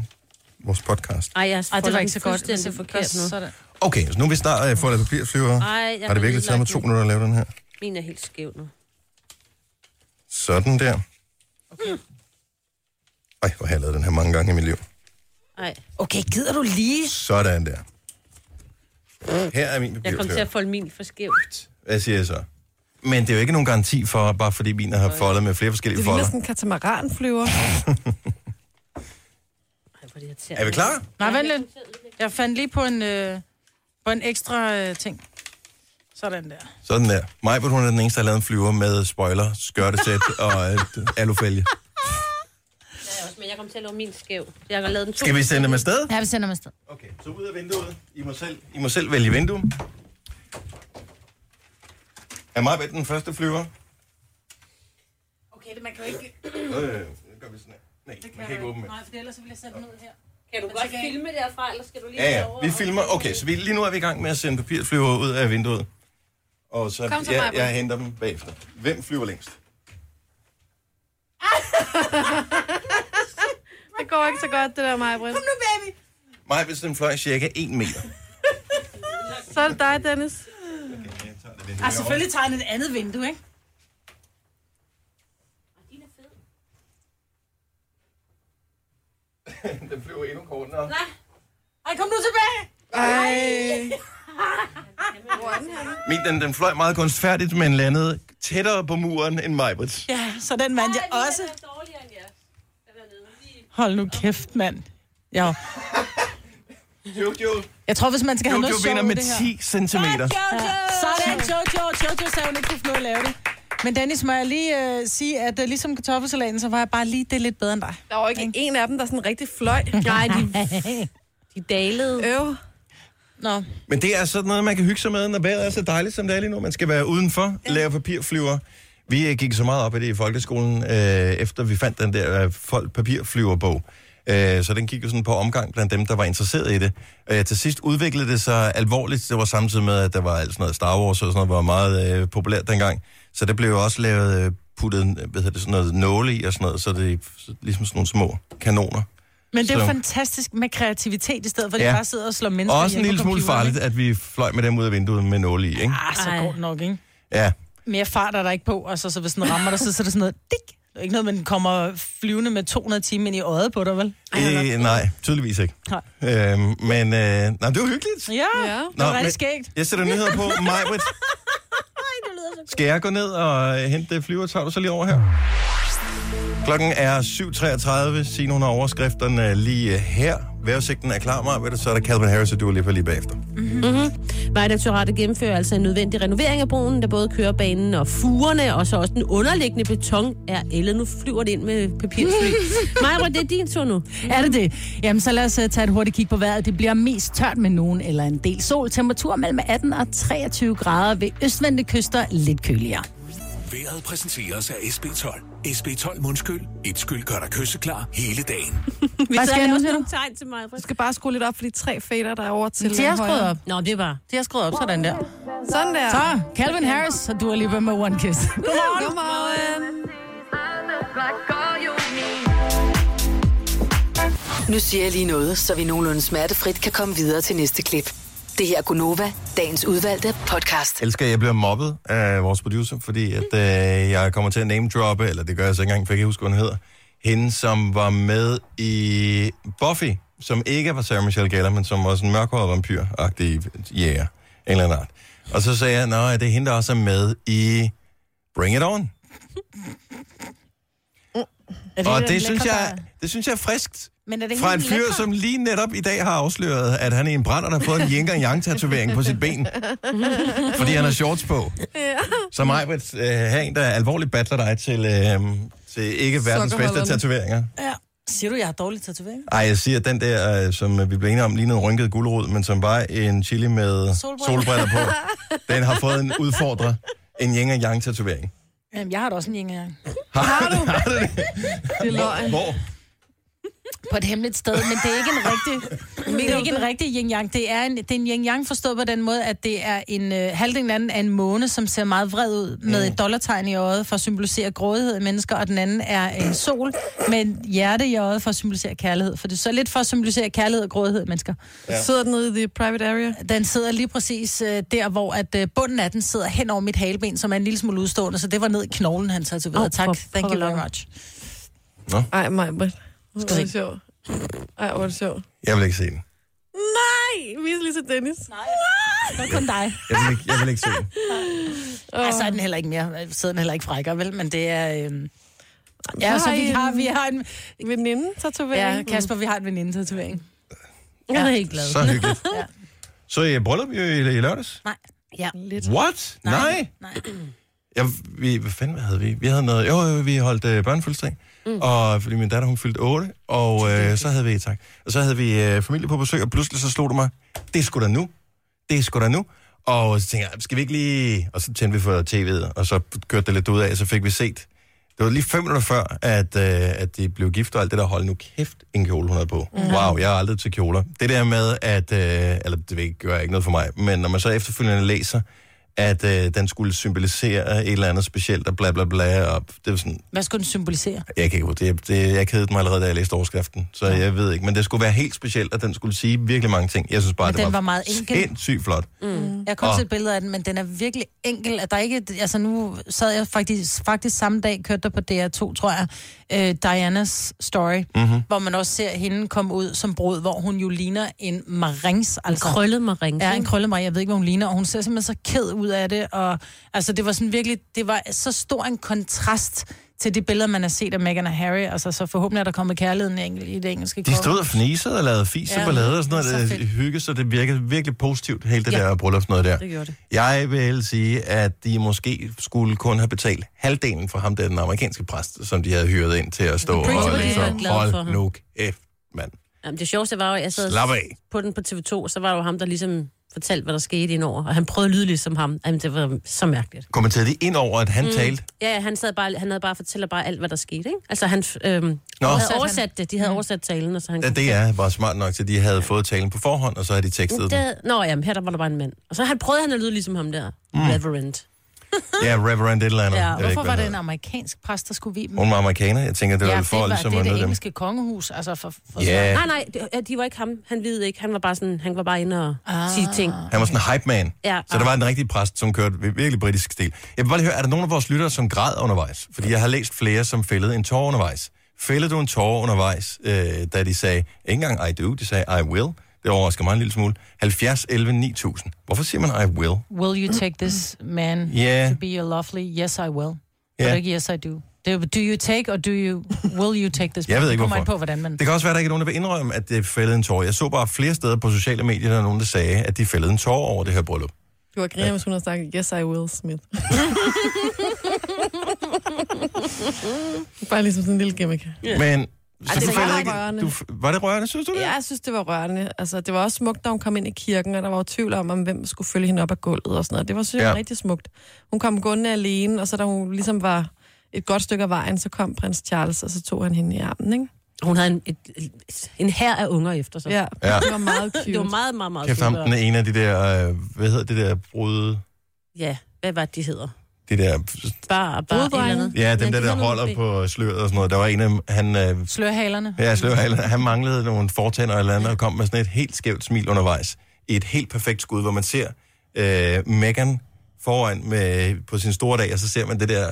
S1: vores podcast.
S4: Ej, jeg
S3: Ej, det var
S4: folder
S3: ikke så
S4: den
S3: godt.
S4: fuldstændig forkert nu.
S3: Sådan.
S1: Okay, så nu er vi snart øh, for at papirflyver.
S4: Ej, jeg
S1: Har det
S4: har
S1: virkelig taget mig
S4: ødelagt
S1: to
S4: min.
S1: minutter at lave den her?
S4: Min er helt skæv nu.
S1: Sådan der. Okay. Ej, hvor har jeg lavet den her mange gange i mit liv.
S4: Ej,
S3: Okay, gider du lige?
S1: Sådan der. Her er min
S4: jeg kom til
S1: papirflyver.
S4: at folde min for skævt.
S1: Hvad siger jeg så? Men det er jo ikke nogen garanti for, bare fordi min har foldet med flere forskellige
S7: Det ligner
S1: folder.
S7: sådan en katamaranflyver.
S4: Ej, hvor er det irriterende.
S1: Er vi klar?
S3: Nej, vent lidt. Jeg fandt lige på en, øh, på en ekstra øh, ting. Sådan der.
S1: Sådan der. Maj, hun er den eneste, der har lavet en flyver med spoiler, skørtesæt og øh, alufælge.
S4: Det er jeg også, men jeg kom til at lave min skæv. Jeg har lavet den to.
S1: Skal vi sende dem afsted?
S3: Ja, vi sender mig afsted.
S1: Okay, så ud af vinduet. I må selv, I må selv vælge vindue. Er mig ved den første flyver?
S3: Okay, det, man kan jo ikke...
S1: Øh, det gør vi sådan her. Nej, man kan ikke åbne med.
S3: Nej, for ellers ville jeg sætte den ud her.
S4: Kan du godt filme derfra, eller skal du lige
S1: Ja, ja,
S4: over
S1: vi
S4: og-
S1: filmer. Okay, så vi, lige nu er vi i gang med at sende papirflyver ud af vinduet. Og så,
S2: Kom så,
S1: jeg,
S2: Maj-Brit.
S1: jeg henter dem bagefter. Hvem flyver længst?
S2: Det går ikke så godt, det der, Maja Britt.
S1: Mig, hvis den fløj cirka 1 meter.
S2: Så er det dig, Dennis.
S3: Ah, selvfølgelig tager den et andet vindue, ikke?
S1: Den flyver endnu kortere.
S3: Ej, kom nu tilbage!
S1: Min, den, den fløj meget kunstfærdigt, men landede tættere på muren end Majbrits.
S3: Ja, så den vandt jeg også. Hold nu kæft, mand. Ja.
S1: Jojo,
S3: Jeg tror, hvis man skal have
S1: Jojo
S3: noget
S1: vinder
S3: sjovt med
S1: med
S3: det her...
S1: 10 centimeter.
S3: Sådan, Jojo. Jojo sagde, hun ikke kunne finde ud af at lave det. Men Dennis, må jeg lige øh, sige, at øh, ligesom kartoffelsalaten, så var jeg bare lige det lidt bedre end dig.
S7: Der var ikke en af dem, der sådan rigtig fløj.
S4: Nej, de, de dalede.
S7: Øv.
S3: Nå,
S1: Men det er sådan noget, man kan hygge sig med, når vejret er så dejligt, som det er lige nu. Man skal være udenfor, lave papirflyver. Vi øh, gik så meget op i det i folkeskolen, øh, efter vi fandt den der øh, folk papirflyverbog. Øh, så den gik jo sådan på omgang blandt dem, der var interesseret i det. Øh, til sidst udviklede det sig alvorligt. Det var samtidig med, at der var alt sådan noget Star Wars og sådan noget, var meget øh, populært dengang. Så det blev jo også lavet, øh, puttet øh, hvad hedder det, sådan noget nåle i og sådan noget, så det er ligesom sådan nogle små kanoner.
S3: men det er jo
S1: Så-
S3: fantastisk med kreativitet, i stedet for at
S1: Ja.
S3: de bare sidder og slår mennesker
S1: Og også en
S3: ihjel
S1: lille
S3: på
S1: smule
S3: computeren,
S1: farligt,
S3: ikke?
S1: at vi fløj med dem ud af vinduet med nåle i, ikke?
S3: Ah, så
S4: Ej.
S3: går det nok, ikke?
S1: Ja.
S3: Mere fart er der ikke på, og så, så hvis den rammer dig, så, så er det sådan noget... Dik. Det er ikke noget, men den kommer flyvende med 200 timer ind i øjet på dig, vel?
S1: Øh, nej, tydeligvis ikke.
S3: Nej.
S1: Øhm, men øh, nej, det var hyggeligt.
S3: Ja, ja. det var
S1: men
S3: rigtig skægt.
S1: Jeg sætter nyheder på. Majbrit, skal jeg gå ned og øh, hente det flyver? Tager du så lige over her? Klokken er 7.33. Signe, hun har overskrifterne lige øh, her. Vejrudsigten er klar, Maja, så er der Calvin Harris og Dua Lipa lige bagefter.
S4: Mm-hmm. Vejdirektoratet gennemfører altså en nødvendig renovering af broen, der både kørebanen og fugerne, og så også den underliggende beton er ældet. Nu flyver det ind med papirfly. Maja, det er din tur nu.
S3: Er det det? Jamen, så lad os øh, tage et hurtigt kig på vejret. Det bliver mest tørt med nogen eller en del sol. Temperatur mellem 18 og 23 grader ved østvendte kyster lidt køligere.
S6: Været præsenteres af SB12. SB12 mundskyld. Et skyld gør dig kysseklar hele dagen.
S2: Vi
S3: Hvad skal jeg nu, siger du?
S4: tegn til mig.
S2: Du skal bare skrue lidt op for de tre fader, der er over til
S3: De har
S2: højre.
S3: skruet op.
S4: Nå, det er bare...
S3: De har skruet op sådan der.
S2: Sådan der.
S3: Så, Calvin Harris og Dua Lipa med One Kiss.
S2: Godmorgen.
S5: Nu siger jeg lige noget, så vi nogenlunde smertefrit kan komme videre til næste klip. Det her er Gunova, dagens udvalgte podcast.
S1: elsker, at jeg bliver mobbet af vores producer, fordi at, øh, jeg kommer til at name-droppe, eller det gør jeg så ikke engang, for jeg kan ikke huske, hvad hun hedder, hende, som var med i Buffy, som ikke var Sarah Michelle Gellar, men som var sådan en mørkhåret vampyr-agtig jæger, en eller anden art. Og så sagde jeg, nej, det er hende, der også er med i Bring It On. Og det synes, jeg, det synes jeg er friskt.
S3: Men er det
S1: Fra en
S3: hende
S1: fyr,
S3: lækre?
S1: som lige netop i dag har afsløret, at han er en brænder, der har fået en yin og yang tatovering på sit ben. fordi han har shorts på. Så mig vil øh, have en, der alvorligt battler dig til, øh, til ikke verdens bedste
S2: Sokkerholderne.
S1: tatoveringer.
S13: Ja. Siger du, jeg har dårlige tatoveringer?
S1: Ej, jeg siger den der, øh, som øh, vi blev enige om, lignede en rynket gulerod, men som var en chili med
S13: Solbriller.
S1: solbriller på. Den har fået en udfordrer, en yin og yang tatovering.
S13: Jamen, jeg har da også en jænger.
S1: Har du? har du det?
S2: Det er løgn.
S1: Hvor?
S3: På et hemmeligt sted, men det er ikke en rigtig, det er ikke en rigtig yin yang. Det er en, det er en yin yang forstået på den måde, at det er en øh, halvdelen af den er en måne, som ser meget vred ud med
S1: Mm.
S3: et dollartegn i øjet for at symbolisere grådighed i mennesker, og den anden er en sol med et hjerte i øjet for at symbolisere kærlighed. For det er så lidt for at symbolisere kærlighed og grådighed i mennesker.
S2: Ja. Sidder den nede i the private area?
S3: Den sidder lige præcis øh, der, hvor at, øh, bunden af den sidder hen over mit haleben, som er en lille smule udstående, så det var ned i knoglen, han tatoverede.
S4: Åh,
S3: Oh, tak.
S4: for
S3: Thank you very
S4: pokker.
S3: much.
S14: Ej, mig, Britt. Hvor er det sjovt. Ej, hvor er det sjovt.
S1: Jeg vil ikke se den.
S14: Nej, vis lige til Dennis.
S3: Det var kun dig.
S1: Jeg vil ikke, jeg vil ikke se den.
S3: Oh. Altså, er den heller ikke mere, sidder den heller ikke frækkere, vel? Men det er... Øh... Ja, så vi
S14: en-
S3: har, vi har en...
S14: Veninde, tatovering.
S3: Ja, Kasper, vi har en veninde-tatovering.
S4: Jeg er helt glad.
S1: Så hyggeligt. Så er I bryllup i, i, i lørdags?
S3: Nej.
S4: Ja.
S1: What? Nej. Nej.
S3: Nej.
S1: Jeg, vi, hvad fanden hvad havde vi? Vi havde noget, jo, jo, vi holdt øh, børnefødselsdag, mm. og, fordi min datter hun fyldte 8, og øh, så havde vi, tak, og så havde vi øh, familie på besøg, og pludselig så slog det mig, det er sgu da nu, det er sgu da nu, og så tænkte jeg, skal vi ikke lige, og så tændte vi for tv'et, og så kørte det lidt ud af, så fik vi set, det var lige fem minutter før, at, øh, at de blev gift og alt det der, hold nu kæft, en kjole hun havde på. Mm. Wow, jeg er aldrig til kjoler. Det der med, at, øh, eller det ved- gør ikke noget for mig, men når man så efterfølgende læser, at øh, den skulle symbolisere et eller andet specielt, og bla bla bla, og det var sådan,
S3: Hvad skulle den symbolisere?
S1: jeg kan ikke, det, det, jeg kedede mig allerede, da jeg læste overskriften, så jeg ved ikke, men det skulle være helt specielt, og den skulle sige virkelig mange ting. Jeg synes bare,
S3: Men
S1: det
S3: den
S1: var
S3: var meget enkel.
S1: sindssygt flot.
S3: Jeg har kun set billeder af den, men den er virkelig enkel. At der er ikke, altså nu sad jeg faktisk, faktisk samme dag, kørte der på DR2, tror jeg, øh, Dianas story,
S1: Mhm.
S3: mm-hmm. hvor man også ser hende komme ud som brud, hvor hun jo ligner en marings. Altså,
S4: Krøllet mig ringe.
S3: Ja, en krølle mig. Jeg ved ikke, hvad hun ligner. Og hun ser simpelthen så ked ud af det. Og altså, det var sådan virkelig... Det var så stor en kontrast til de billeder, man har set af Meghan og Harry. Altså, så forhåbentlig er der kommet kærligheden i engel- i det engelske
S1: De
S3: kor.
S1: stod og fnisede og lavede fis og
S3: Ja,
S1: ballade og sådan
S3: så
S1: noget. Så
S3: fedt.
S1: hygge, så det virkede virkelig positivt, hele det ja.
S3: Ja.
S1: der bryllup sådan noget der.
S4: Det gjorde det.
S1: Jeg vil sige, at de måske skulle kun have betalt halvdelen for ham der, den amerikanske præst, som de havde hyret ind til at stå
S4: Pretty
S1: og
S4: Woody er
S1: ligesom,
S4: glad for
S1: hold
S4: ham."
S1: nu kæft, mand.
S4: Jamen, det sjoveste var jo, at jeg sad
S1: Slap af.
S4: på den på TV2, og så var der jo ham, der ligesom fortalte, hvad der skete indover. Og han prøvede at lyde lidt som ham. Jamen, det var så mærkeligt.
S1: Kommenterede de ind over, at han mm. talte?
S4: Ja, ja, han, sad bare, han havde bare fortæller bare alt, hvad der skete, ikke? Altså, han øhm,
S1: Nå. Mm.
S4: havde oversat det. De havde oversat talen, og så han...
S1: Ja, det er bare smart nok til, at de havde fået talen på forhånd, og så havde de tekstet den.
S4: det... Nå, jamen, her der var der bare en mand. Og så han prøvede han at lyde ligesom ham der. Mm. Reverend.
S1: Ja, Reverend et eller andet.
S4: Ja,
S1: Jeg ved ikke,
S3: Ah. Hvorfor
S1: hvad
S3: var
S1: han
S3: det en
S1: hedder.
S3: amerikansk præst, der skulle vi dem?
S1: Hun var amerikaner. Jeg tænker, det var
S3: ja,
S1: ja,
S3: det,
S1: for
S3: var,
S1: ligesom
S3: det er
S1: at nå
S3: det
S1: dem.
S3: engelske kongehus. Altså, for, for
S1: Ja,
S4: Nej, nej, det, de var ikke ham. Han videde ikke. Han var bare sådan, han var bare inde og ah. sige ting.
S1: Han var sådan en hype man.
S4: Ja.
S1: Så der
S3: ah.
S1: var en rigtig præst, som kørte vir- virkelig britisk stil. Jeg vil bare lige høre, er der nogen af vores lyttere, som græd undervejs? Fordi jeg har læst flere, som fældede en tårer undervejs. Fældede du en tårer undervejs, øh, da de sagde, ikke engang I do, de sagde I will. Det overrasker mig en lille smule. 70, 11, 9000. Hvorfor siger man I will?
S3: Will you take this man
S1: Ja.
S3: to be your lovely? Yes, I will.
S1: Ja.
S3: Yeah. Ikke, yes, I do. Det er jo, do you take, or do you, will you take this?
S1: Jeg ved
S3: Det
S1: ikke,
S3: kommer
S1: hvorfor.
S3: an på, hvordan man...
S1: Det kan også være, at der ikke er nogen, der vil indrømme, at det fældede en tårer. Jeg så bare flere steder på sociale medier, der er nogen, der sagde, at de fældede en tårer over det her bryllup.
S2: Du var griner, hvis hun havde sagt, yes, I will, Smith. Bare ligesom sådan en lille gimmick.
S1: Yeah. Men
S2: Ej,
S1: så
S3: Altså,
S2: det
S1: du
S2: var
S1: fældede
S2: ret
S1: ikke...
S2: rørende.
S1: Du, f- var det rørende, synes du det?
S2: Ja, jeg synes, det var rørende. Altså, det var også smukt, da hun kom ind i kirken, og der var jo tvivl om, om hvem skulle følge hende op ad gulvet og sådan noget. Det var synes jeg,
S1: Ja.
S2: ja. rigtig smukt. Hun kom gående alene, og så da hun ligesom var et godt stykke af vejen, så kom prins Charles, og så tog han hende i armen, ikke?
S4: Hun havde en, et, en her af unger efter sig.
S2: Ja,
S1: Ja.
S2: det var meget cute.
S4: Det var meget, meget, meget
S1: Kæft ham, den er en af de der... Øh, hvad hedder det der brud...
S4: Ja, hvad var det, de hedder?
S1: Det der...
S4: Bare, bare et eller andet.
S1: Ja, dem der,
S4: de
S1: der
S4: hedder
S1: holder
S4: nogle-
S1: på sløret og sådan noget. Der var en af dem, han... Øh,
S3: Slørhalerne.
S1: ja, sløret, han manglede nogle fortænder eller andet, og kom med sådan et helt skævt smil undervejs. I et helt perfekt skud, hvor man ser øh, Megan foran med, på sin store dag, og så ser man det der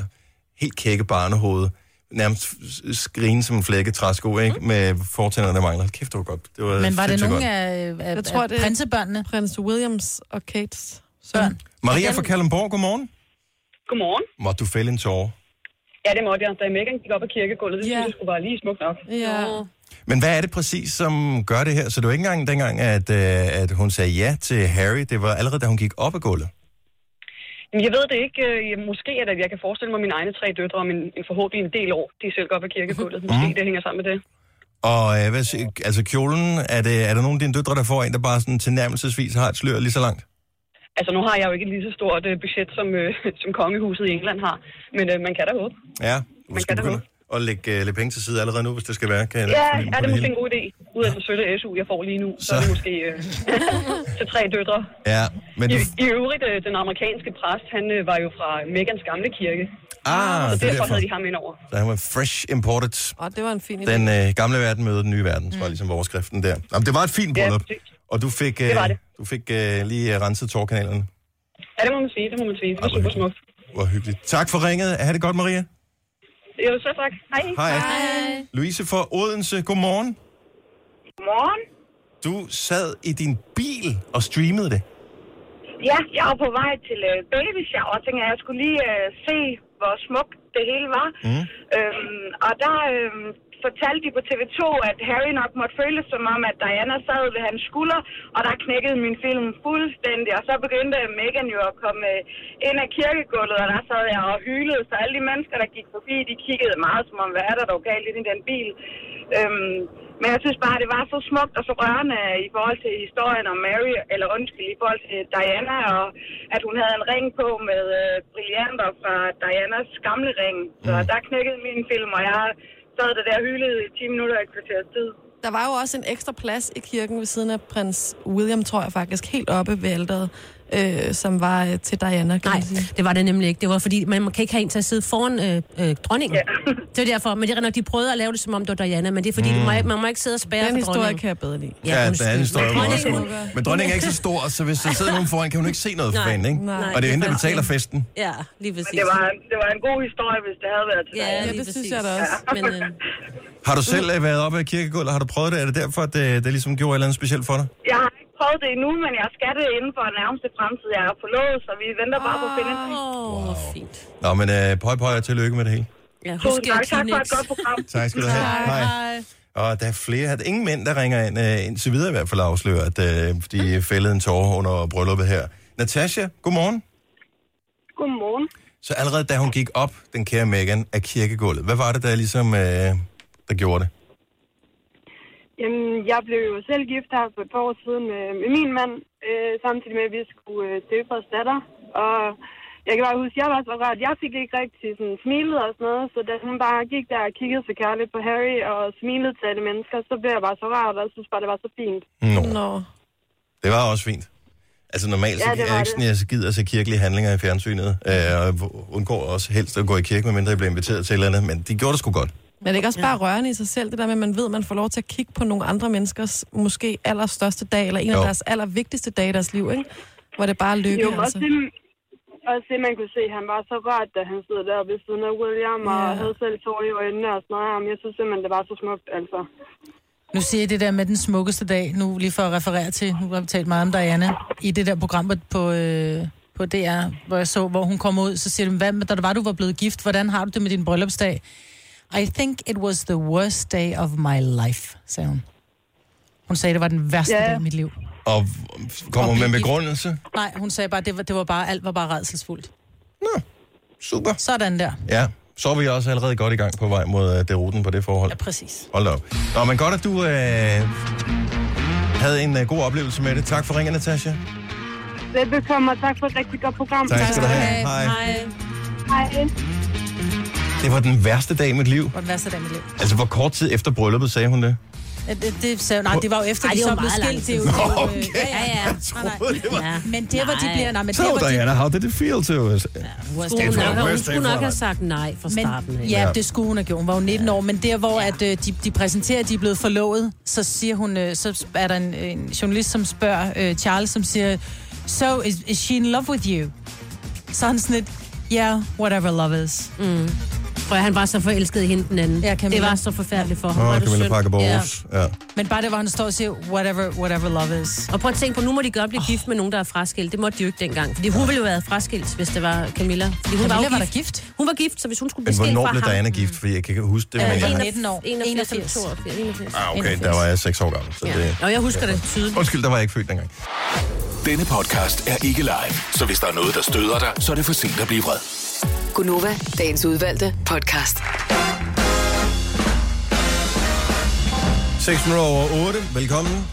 S1: helt kække barnehoved, nærmest skrine som en flække træsko, ikke? Med fortænderne, der mangler. Kæft, det var godt. Det var
S3: Men var det
S1: sindssygt
S3: nogen
S1: godt.
S3: af, af,
S2: Jeg tror,
S3: af
S2: det-
S3: prinsebørnene?
S2: Prins Williams og Kates søn.
S3: Børn.
S1: Maria fra Kalundborg, godmorgen.
S15: Godmorgen.
S1: Må du fælde en tårer?
S15: Ja, det måtte jeg. Da Megan gik op ad kirkegulvet, det
S2: Ja.
S15: synes jeg skulle være lige smukt nok.
S2: Ja.
S1: Men hvad er det præcis, som gør det her? Så det var ikke engang dengang, at, øh, at hun sagde ja til Harry. Det var allerede, da hun gik op ad gulvet.
S15: Jamen, jeg ved det ikke. Øh, jeg- Måske er det, at jeg kan forestille mig mine egne tre døtre om en, en forhåbentlig en del år, de selv går op ad kirkegulvet. Måske det hænger sammen med det.
S1: Og øh, hvad, sy- altså kjolen, er, det, er der nogen af dine døtre, der får en, der bare sådan tilnærmelsesvis har et slør lige så langt?
S15: Altså, nu har jeg jo ikke et lige så stort øh, budget, som, øh, som kongehuset i England har, men øh, man kan da håbe.
S1: Ja, du skal
S15: kan da
S1: begynde at lægge, øh, lægge penge til side allerede nu, hvis det skal være. Kan jeg
S15: Ja,
S1: fornemme
S15: er
S1: på
S15: det måske
S1: hele.
S15: en god idé? Ud af den sølle SU, jeg får lige nu, så, er det måske øh, til tre døtre.
S1: Ja, men
S15: I,
S1: du...
S15: I øvrigt, øh, den amerikanske præst, han øh, var jo fra Megans gamle kirke,
S1: Ah,
S15: så
S1: det er
S15: derfor
S1: derfor.
S15: havde de ham ind over.
S1: Så han var fresh imported.
S2: Og det var en fin idé.
S1: Den øh, gamle verden møder den nye verden, mm. var ligesom overskriften der. Jamen, det var et fint
S15: Ja,
S1: bryllup.
S15: præcis.
S1: og du fik, øh,
S15: Det var det.
S1: du fik øh, lige øh, renset tårkanalerne.
S15: Ja, det må man sige, det må man sige. Det var
S1: Ej, hvor
S15: super smukt.
S1: Hvor hyggeligt. Tak for ringet. Ha' det godt, Maria.
S15: Jo, så tak. Hej.
S1: Hej. Hej. Louise fra Odense, godmorgen.
S16: Godmorgen.
S1: Du sad i din bil og streamede det.
S16: Ja, jeg var på vej til øh, baby shower, og tænkte, at jeg skulle lige øh, se, hvor smukt det hele var.
S1: Mm.
S16: Øhm, og der øhm, fortalte de på TV2, at Harry nok måtte føle som om, at Diana sad ved hans skulder, og der knækkede min film fuldstændig. Og så begyndte Megan jo at komme øh, ind af kirkegulvet, og der sad jeg og hylede, så alle de mennesker, der gik forbi, de kiggede meget som om, hvad er der dog galt inde i den bil. Øhm, men jeg synes bare, det var så smukt og så rørende i forhold til historien om Mary, eller undskyld, i forhold til Diana, og at hun havde en ring på med øh, brillanter fra Dianas gamle ring. Så
S1: Mm.
S16: der knækkede min film, og jeg sad der der og hylede i 10 minutter i et kvarters tid.
S2: Der var jo også en ekstra plads i kirken ved siden af prins William, tror jeg faktisk, helt oppe ved alderet, øh, som var øh, til Diana, kan
S4: Nej,
S2: man sige.
S4: det var det nemlig ikke. Det var fordi, man, man kan ikke have en til at sidde foran øh, øh, dronningen. Ja. Det var derfor, men det er nok, de prøvede at lave det, som om det var Diana, men det er fordi, mm. du må, ikke- man må ikke sidde og spære
S2: Den
S4: for
S2: historie
S4: dronningen.
S2: kan jeg bedre lide.
S1: Ja, den
S4: undskyld.
S1: anden historie
S4: Men
S1: var også
S4: dronningen-
S1: god. Men dronningen er ikke så stor, så hvis der sidder nogen foran, kan hun ikke se noget for
S4: Nej.
S1: fanden, ikke?
S4: Nej.
S1: og det er hende,
S4: Det
S1: der
S4: er
S1: betaler
S4: faktisk-
S1: festen.
S4: Ja, lige præcis.
S16: Men det var, det var en god historie, hvis det havde været til
S4: Ja,
S16: Diana.
S4: lige
S2: det synes
S4: præcis.
S2: jeg da også.
S4: Men, øh,
S1: Har du selv øh, været oppe af kirkegulvet? Har du prøvet det? Er det derfor, at det, det ligesom gjorde et eller andet specielt for dig?
S16: Jeg har ikke prøvet det endnu, men jeg skal det inden for nærmeste fremtid. Jeg er forlovet, så vi venter bare på at finde en ring.
S4: åh, hvor fint.
S1: Nå, men øh, pøj, pøj og tillykke med det hele.
S4: Ja, husk
S16: Tusind
S4: at
S16: tak, tak for et
S4: Kleenex.
S16: godt program.
S1: Tak skal du have. Hej. Og der er flere, at ingen mænd, der ringer ind, øh, indtil videre i hvert fald afslører, at øh, de fældede en tårer under brylluppet her. Natasha, godmorgen.
S16: Godmorgen.
S1: Så allerede da hun gik op, den kære Megan, af kirkegulvet, hvad var det, der ligesom, øh, der gjorde det?
S16: Jamen, jeg blev jo selv gift her for et par år siden med, med min mand, øh, samtidig med, at vi skulle øh, døbe vores datter. Og jeg kan bare huske, jeg var så rørt. Jeg fik ikke rigtig sådan smilet og sådan noget, så da hun bare gik der og kiggede så kærligt på Harry og smilede til alle mennesker, så blev jeg bare så rørt, og jeg synes bare, det var så fint.
S1: Nå,
S2: Nå.
S1: det var også fint. Altså normalt, så
S16: Ja,
S1: ja,
S16: det
S1: er
S16: var
S1: jeg ikke sådan, jeg gider at se kirkelige handlinger i fjernsynet, øh, og undgår også helst at gå i kirke, medmindre jeg bliver inviteret til et eller andet, men de gjorde det sgu godt.
S2: Men det er ikke også bare rørende i sig selv, det der med, at man ved, at man får lov til at kigge på nogle andre menneskers måske allerstørste dag, eller en af
S1: Jo.
S2: deres allervigtigste dage i deres liv, ikke? Hvor det bare er lykke,
S16: Jo, men
S2: altså.
S16: også det, også det, man kunne se, han var så rørt, da han stod der ved siden af William, og
S2: Ja.
S16: havde selv tårer i øjnene og sådan noget. Jamen, jeg synes simpelthen, det var så smukt, altså.
S3: Nu siger jeg det der med den smukkeste dag, nu lige for at referere til, nu har vi talt meget om Diana, i det der program på, på øh, på DR, hvor jeg så, hvor hun kom ud, så siger de, hvad, med- da det var, du var blevet gift, hvordan har du det med din bryllupsdag? I think it was the worst day of my life, sagde hun. Hun sagde, det var den værste
S1: Ja.
S3: yeah. dag i mit liv.
S1: Og v- kommer med en begrundelse?
S3: Nej, hun sagde bare, det var, det var bare, alt var bare redselsfuldt.
S1: Nå, super.
S3: Sådan der.
S1: Ja, så er vi også allerede godt i gang på vej mod øh, deruten på det forhold. Ja,
S3: præcis.
S1: Hold da op. Nå, men godt, at du øh, havde en øh, god oplevelse med det. Tak for ringen, Natasha.
S17: Velbekomme, og tak for et rigtig godt program.
S1: Tak skal du have. Hej.
S17: Hej.
S1: Det var den værste dag i mit liv.
S3: Det var den værste dag i mit liv.
S1: Altså, hvor kort tid efter brylluppet sagde hun det?
S3: Ja, Det, det, sagde, nej, det var jo efter,
S4: Ej,
S3: de
S4: det var
S3: så blev
S4: meget
S3: skilt. Det er jo,
S1: lang
S3: det er
S1: tid. Nå,
S3: jo, øh, ja, ja, ja. Nej, nej. Ja. Men det var, de bliver... Nej, men det
S1: So,
S3: var, de
S1: Diana, how did it feel to us?
S4: Skulle hun, nok, hun skulle nok have sagt nej fra starten. af.
S3: Men, ja, det skulle hun have gjort. Hun var jo 19 år, men der, hvor ja. at, øh, de, de præsenterer, at de er blevet forlovet, så, siger hun, øh, så er der en, en journalist, som spørger øh, Charles, som siger, So, is, is she in love with you? Så er han sådan lidt, yeah, whatever love is.
S4: Mm. Prøv, at han var så forelsket i hende den anden. Ja, det
S3: Camilla.
S4: var så forfærdeligt for ham.
S1: Åh, Camilla Parker Bowles. Ja.
S3: Men bare det, hvor han står og siger, whatever, whatever love is.
S4: Og prøv at tænke på, nu må de godt blive gift med nogen, der er fraskilt. Det måtte de jo ikke dengang. Fordi hun ville jo have været fraskilt, hvis det var Camilla. Fordi hun
S3: Camilla
S4: var,
S3: var
S4: jo
S3: da
S4: gift.
S3: gift.
S4: Hun var gift, så hvis hun skulle blive
S1: Men
S4: skilt
S1: hvornår
S4: fra
S1: blev
S4: ham... Øh,
S1: Diana gift? Fordi jeg kan ikke huske det, men jeg...
S4: 19
S3: år.
S4: 81. 82, 81.
S1: Ah, okay, der var jeg 6 år gammel. Så
S4: Ja.
S1: det...
S4: Og jeg husker det tydeligt.
S1: Undskyld, der var jeg ikke født dengang.
S6: Denne podcast er ikke live, så hvis der er noget, der støder dig, så er det for sent at blive vred.
S5: Gunova, dagens udvalgte podcast.
S1: 6 minutter over 8. Velkommen.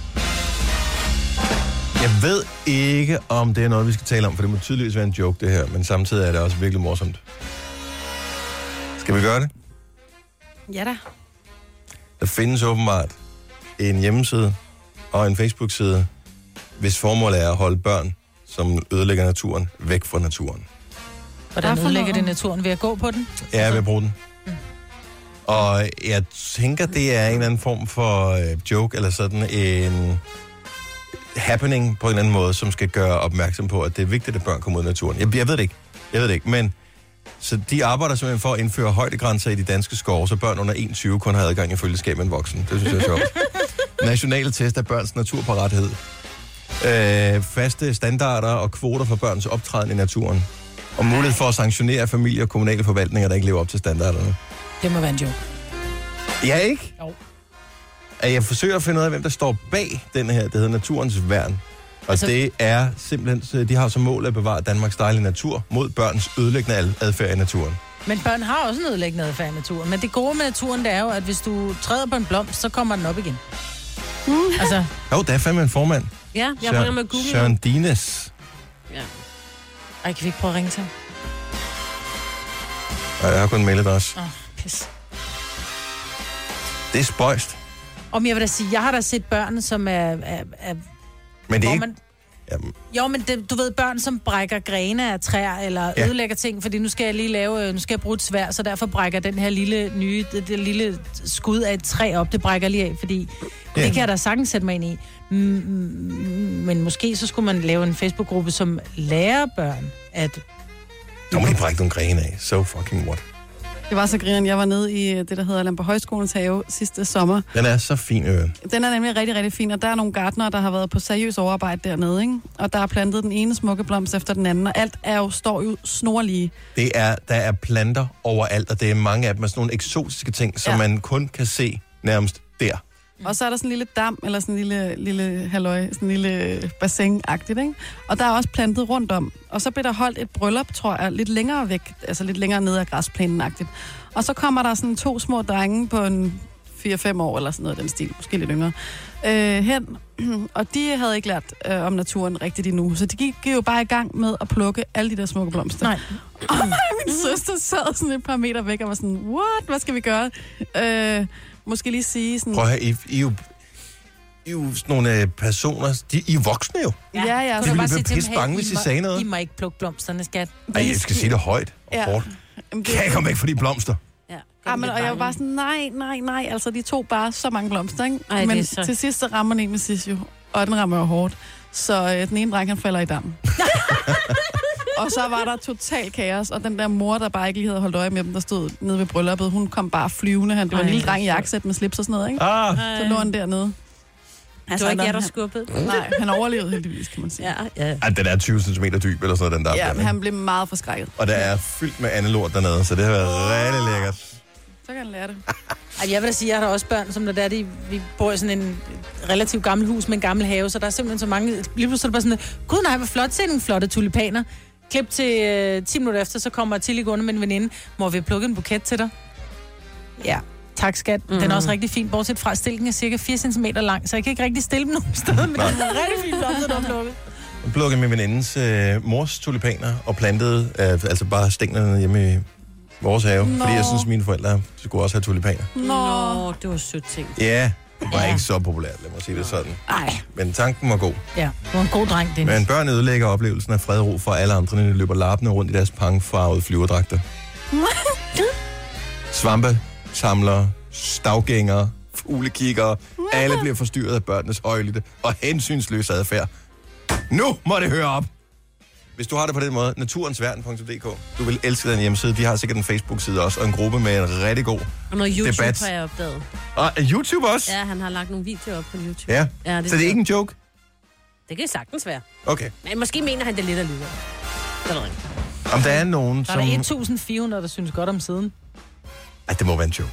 S1: Jeg ved ikke, om det er noget, vi skal tale om, for det må tydeligvis være en joke, det her. Men samtidig er det også virkelig morsomt. Skal vi gøre det?
S3: Ja da.
S1: Der findes åbenbart en hjemmeside og en Facebook-side, hvis formål er at holde børn, som ødelægger naturen, væk fra naturen.
S3: Hvordan ødelægger det naturen ved at gå på den?
S1: Ja, jeg vil bruge den. Og jeg tænker, det er en eller anden form for øh, joke, eller sådan en happening på en eller anden måde, som skal gøre opmærksom på, at det er vigtigt, at børn kommer ud i naturen. Jeg, jeg ved det ikke. Jeg ved det ikke, men... Så de arbejder simpelthen for at indføre højdegrænser i de danske skove, så børn under 21 kun har adgang i følgeskab med en voksen. Det synes jeg er sjovt. Nationale test af børns naturparathed. Øh, faste standarder og kvoter for børns optræden i naturen. Og mulighed for at sanktionere familier og kommunale forvaltninger, der ikke lever op til standarderne.
S3: Det må være en joke.
S1: Ja, ikke?
S3: Jo.
S1: At jeg forsøger at finde ud af, hvem der står bag den her, det hedder Naturens Værn. Og altså,
S3: Altså-
S1: det er simpelthen, så de har som mål at bevare Danmarks dejlige natur mod børns ødelæggende ad- adfærd i naturen.
S3: Men børn har også en ødelæggende adfærd i naturen. Men det gode med naturen, det er jo, at hvis du træder på en blomst, så kommer den op igen. Mm. Altså,
S1: Jo, der er fandme en formand.
S4: Ja, jeg ringer med Google.
S1: Søren Dines.
S4: Ja.
S3: Ej, kan vi ikke prøve at ringe til ham?
S1: Og jeg har kun mailet også.
S3: Åh, oh, pis.
S1: Det er spøjst.
S3: Om jeg vil da sige, jeg har da set børn, som er... er, er
S1: Men det er
S3: hvor
S1: ikke...
S3: Man, jo, men det, du ved, børn, som brækker grene af træer, eller
S1: Ja.
S3: ja. ødelægger ting, fordi nu skal jeg lige lave, øh, nu skal jeg bruge et svær, så derfor brækker den her lille nye, det, det lille skud af et træ op, det brækker lige af, fordi
S1: Ja.
S3: ja. det kan jeg da sagtens sætte mig ind i. Mm, mm, Men måske så skulle man lave en Facebook-gruppe, som lærer børn, at
S1: Nu må de brække nogle grene af. So fucking what.
S2: Det var så grineren. Jeg var nede i øh, det, der hedder Lamper Højskolens have sidste sommer.
S1: Den er så fin, øh. ø.
S2: Den er nemlig rigtig, rigtig fin, og der er nogle gartnere, der har været på seriøs overarbejde dernede, ikke? Og der er plantet den ene smukke blomst efter den anden, og alt er jo, står jo snorlige.
S1: Det er, der er planter overalt, og det er mange af dem er sådan nogle eksotiske ting, som ja.
S2: Ja. Mm.
S1: man kun kan se nærmest der.
S2: Og så er der sådan en lille dam, eller sådan en lille, lille halløj, sådan en lille bassin-agtigt, ikke? Og der er også plantet rundt om. Og så blev der holdt et bryllup, tror jeg, lidt længere væk, altså lidt længere ned ad græsplænen-agtigt. Og så kommer der sådan to små drenge på en 4-5 år, eller sådan noget i den stil, måske lidt yngre, øh, hen. Og de havde ikke lært øh, om naturen rigtigt endnu, så de gik, gik jo bare i gang med at plukke alle de der smukke blomster.
S3: Nej.
S2: Og mig og min søster sad sådan et par meter væk og var sådan, what, hvad skal vi gøre? Øh, måske lige sige sådan...
S1: Prøv at høre, I, I, er jo, I er jo sådan nogle øh, personer, de, I er voksne jo.
S2: Ja, ja.
S1: De
S3: Kunne du
S1: ville blive
S3: bare sige til dem,
S1: pisse bange,
S3: "Hey,
S1: hvis
S3: I
S1: I
S3: må-
S1: sagde noget."
S3: I må ikke plukke blomsterne, skat.
S1: Ej, jeg skal sige det højt og ja.
S2: Ja.
S1: hårdt.
S2: Jamen, det-
S1: Kan jeg komme væk fra de blomster?
S2: Ja, men, og jeg var bare sådan, nej, nej, nej. Altså, de to bare så mange blomster, ikke?
S4: Ej, det er
S2: men
S4: så-
S2: til sidst så rammer den en med Sisjo, og den rammer jo hårdt. Så øh, den ene dreng, han falder i dammen. og så var der total kaos, og den der mor, der bare ikke lige havde holdt øje med dem, der stod nede ved brylluppet, hun kom bare flyvende. Han, det var en
S4: Ej,
S2: lille
S4: hvor
S2: dreng i jakkesæt med slips og sådan noget, ikke?
S1: Ah.
S2: Så lå han dernede.
S4: det var Altså, ikke jer, der skubbede.
S2: Nej, han overlevede heldigvis, kan man sige.
S4: Ja, ja.
S1: At den er 20 cm dyb, eller sådan noget, den der.
S2: ja
S1: opdæmning.
S2: men han blev meget forskrækket.
S1: Og der er fyldt med andet lort dernede, så det har været rigtig lækkert.
S2: Så kan han lære det.
S3: Ej, jeg vil da sige, at jeg har da også børn, som når der er de, vi bor i sådan en relativt gammel hus med en gammel have, så der er simpelthen så mange... Lige pludselig er det bare sådan, gud nej, hvor flot, se nogle flotte tulipaner. Klip til øh, 10 minutter efter, så kommer Tilly gående med en veninde. Mor, vi har plukket en buket til dig. Ja, tak skat. Mm.
S4: Mhm.
S3: Den er også rigtig fin, bortset fra at stilken er cirka 4 cm lang, så jeg kan ikke rigtig stille den nogen steder, men den
S1: Nej.
S3: er rigtig fint blomstret, der er plukket.
S1: Jeg plukkede min venindes øh, mors tulipaner og plantede øh, altså bare stænglerne hjemme i vores have.
S4: Nå.
S1: Nå. Fordi jeg synes, mine forældre skulle også have tulipaner.
S4: Nå, det var sødt ting.
S1: Ja, det var ikke så populært, lad mig sige det sådan.
S3: Nej.
S1: Men tanken var god.
S3: Ja, du var en god dreng, Dennis.
S1: Men børn ødelægger oplevelsen af fred og ro for alle andre, når de løber lappende rundt i deres pangfarvede flyverdragter. Svampe, samlere, stavgængere, fuglekikkere. Alle bliver forstyrret af børnenes højlytte og hensynsløse adfærd. Nu må det høre op! Hvis du har det på den måde, naturensverden.dk. Du vil elske den hjemmeside. De har sikkert en Facebook-side også, og en gruppe med en rigtig god
S4: Og noget YouTube
S1: debat.
S4: har jeg opdaget.
S1: Og er YouTube også?
S4: Ja, han har lagt nogle videoer op på YouTube.
S1: Ja.
S4: ja det
S1: Så det er ikke en joke?
S4: Det kan sagtens være.
S1: Okay.
S4: Men måske mener han det lidt alligevel. Eller ikke.
S1: Om der er nogen,
S3: Der
S1: som...
S3: er der 1400, der synes godt om siden.
S1: Ej, det må være en joke.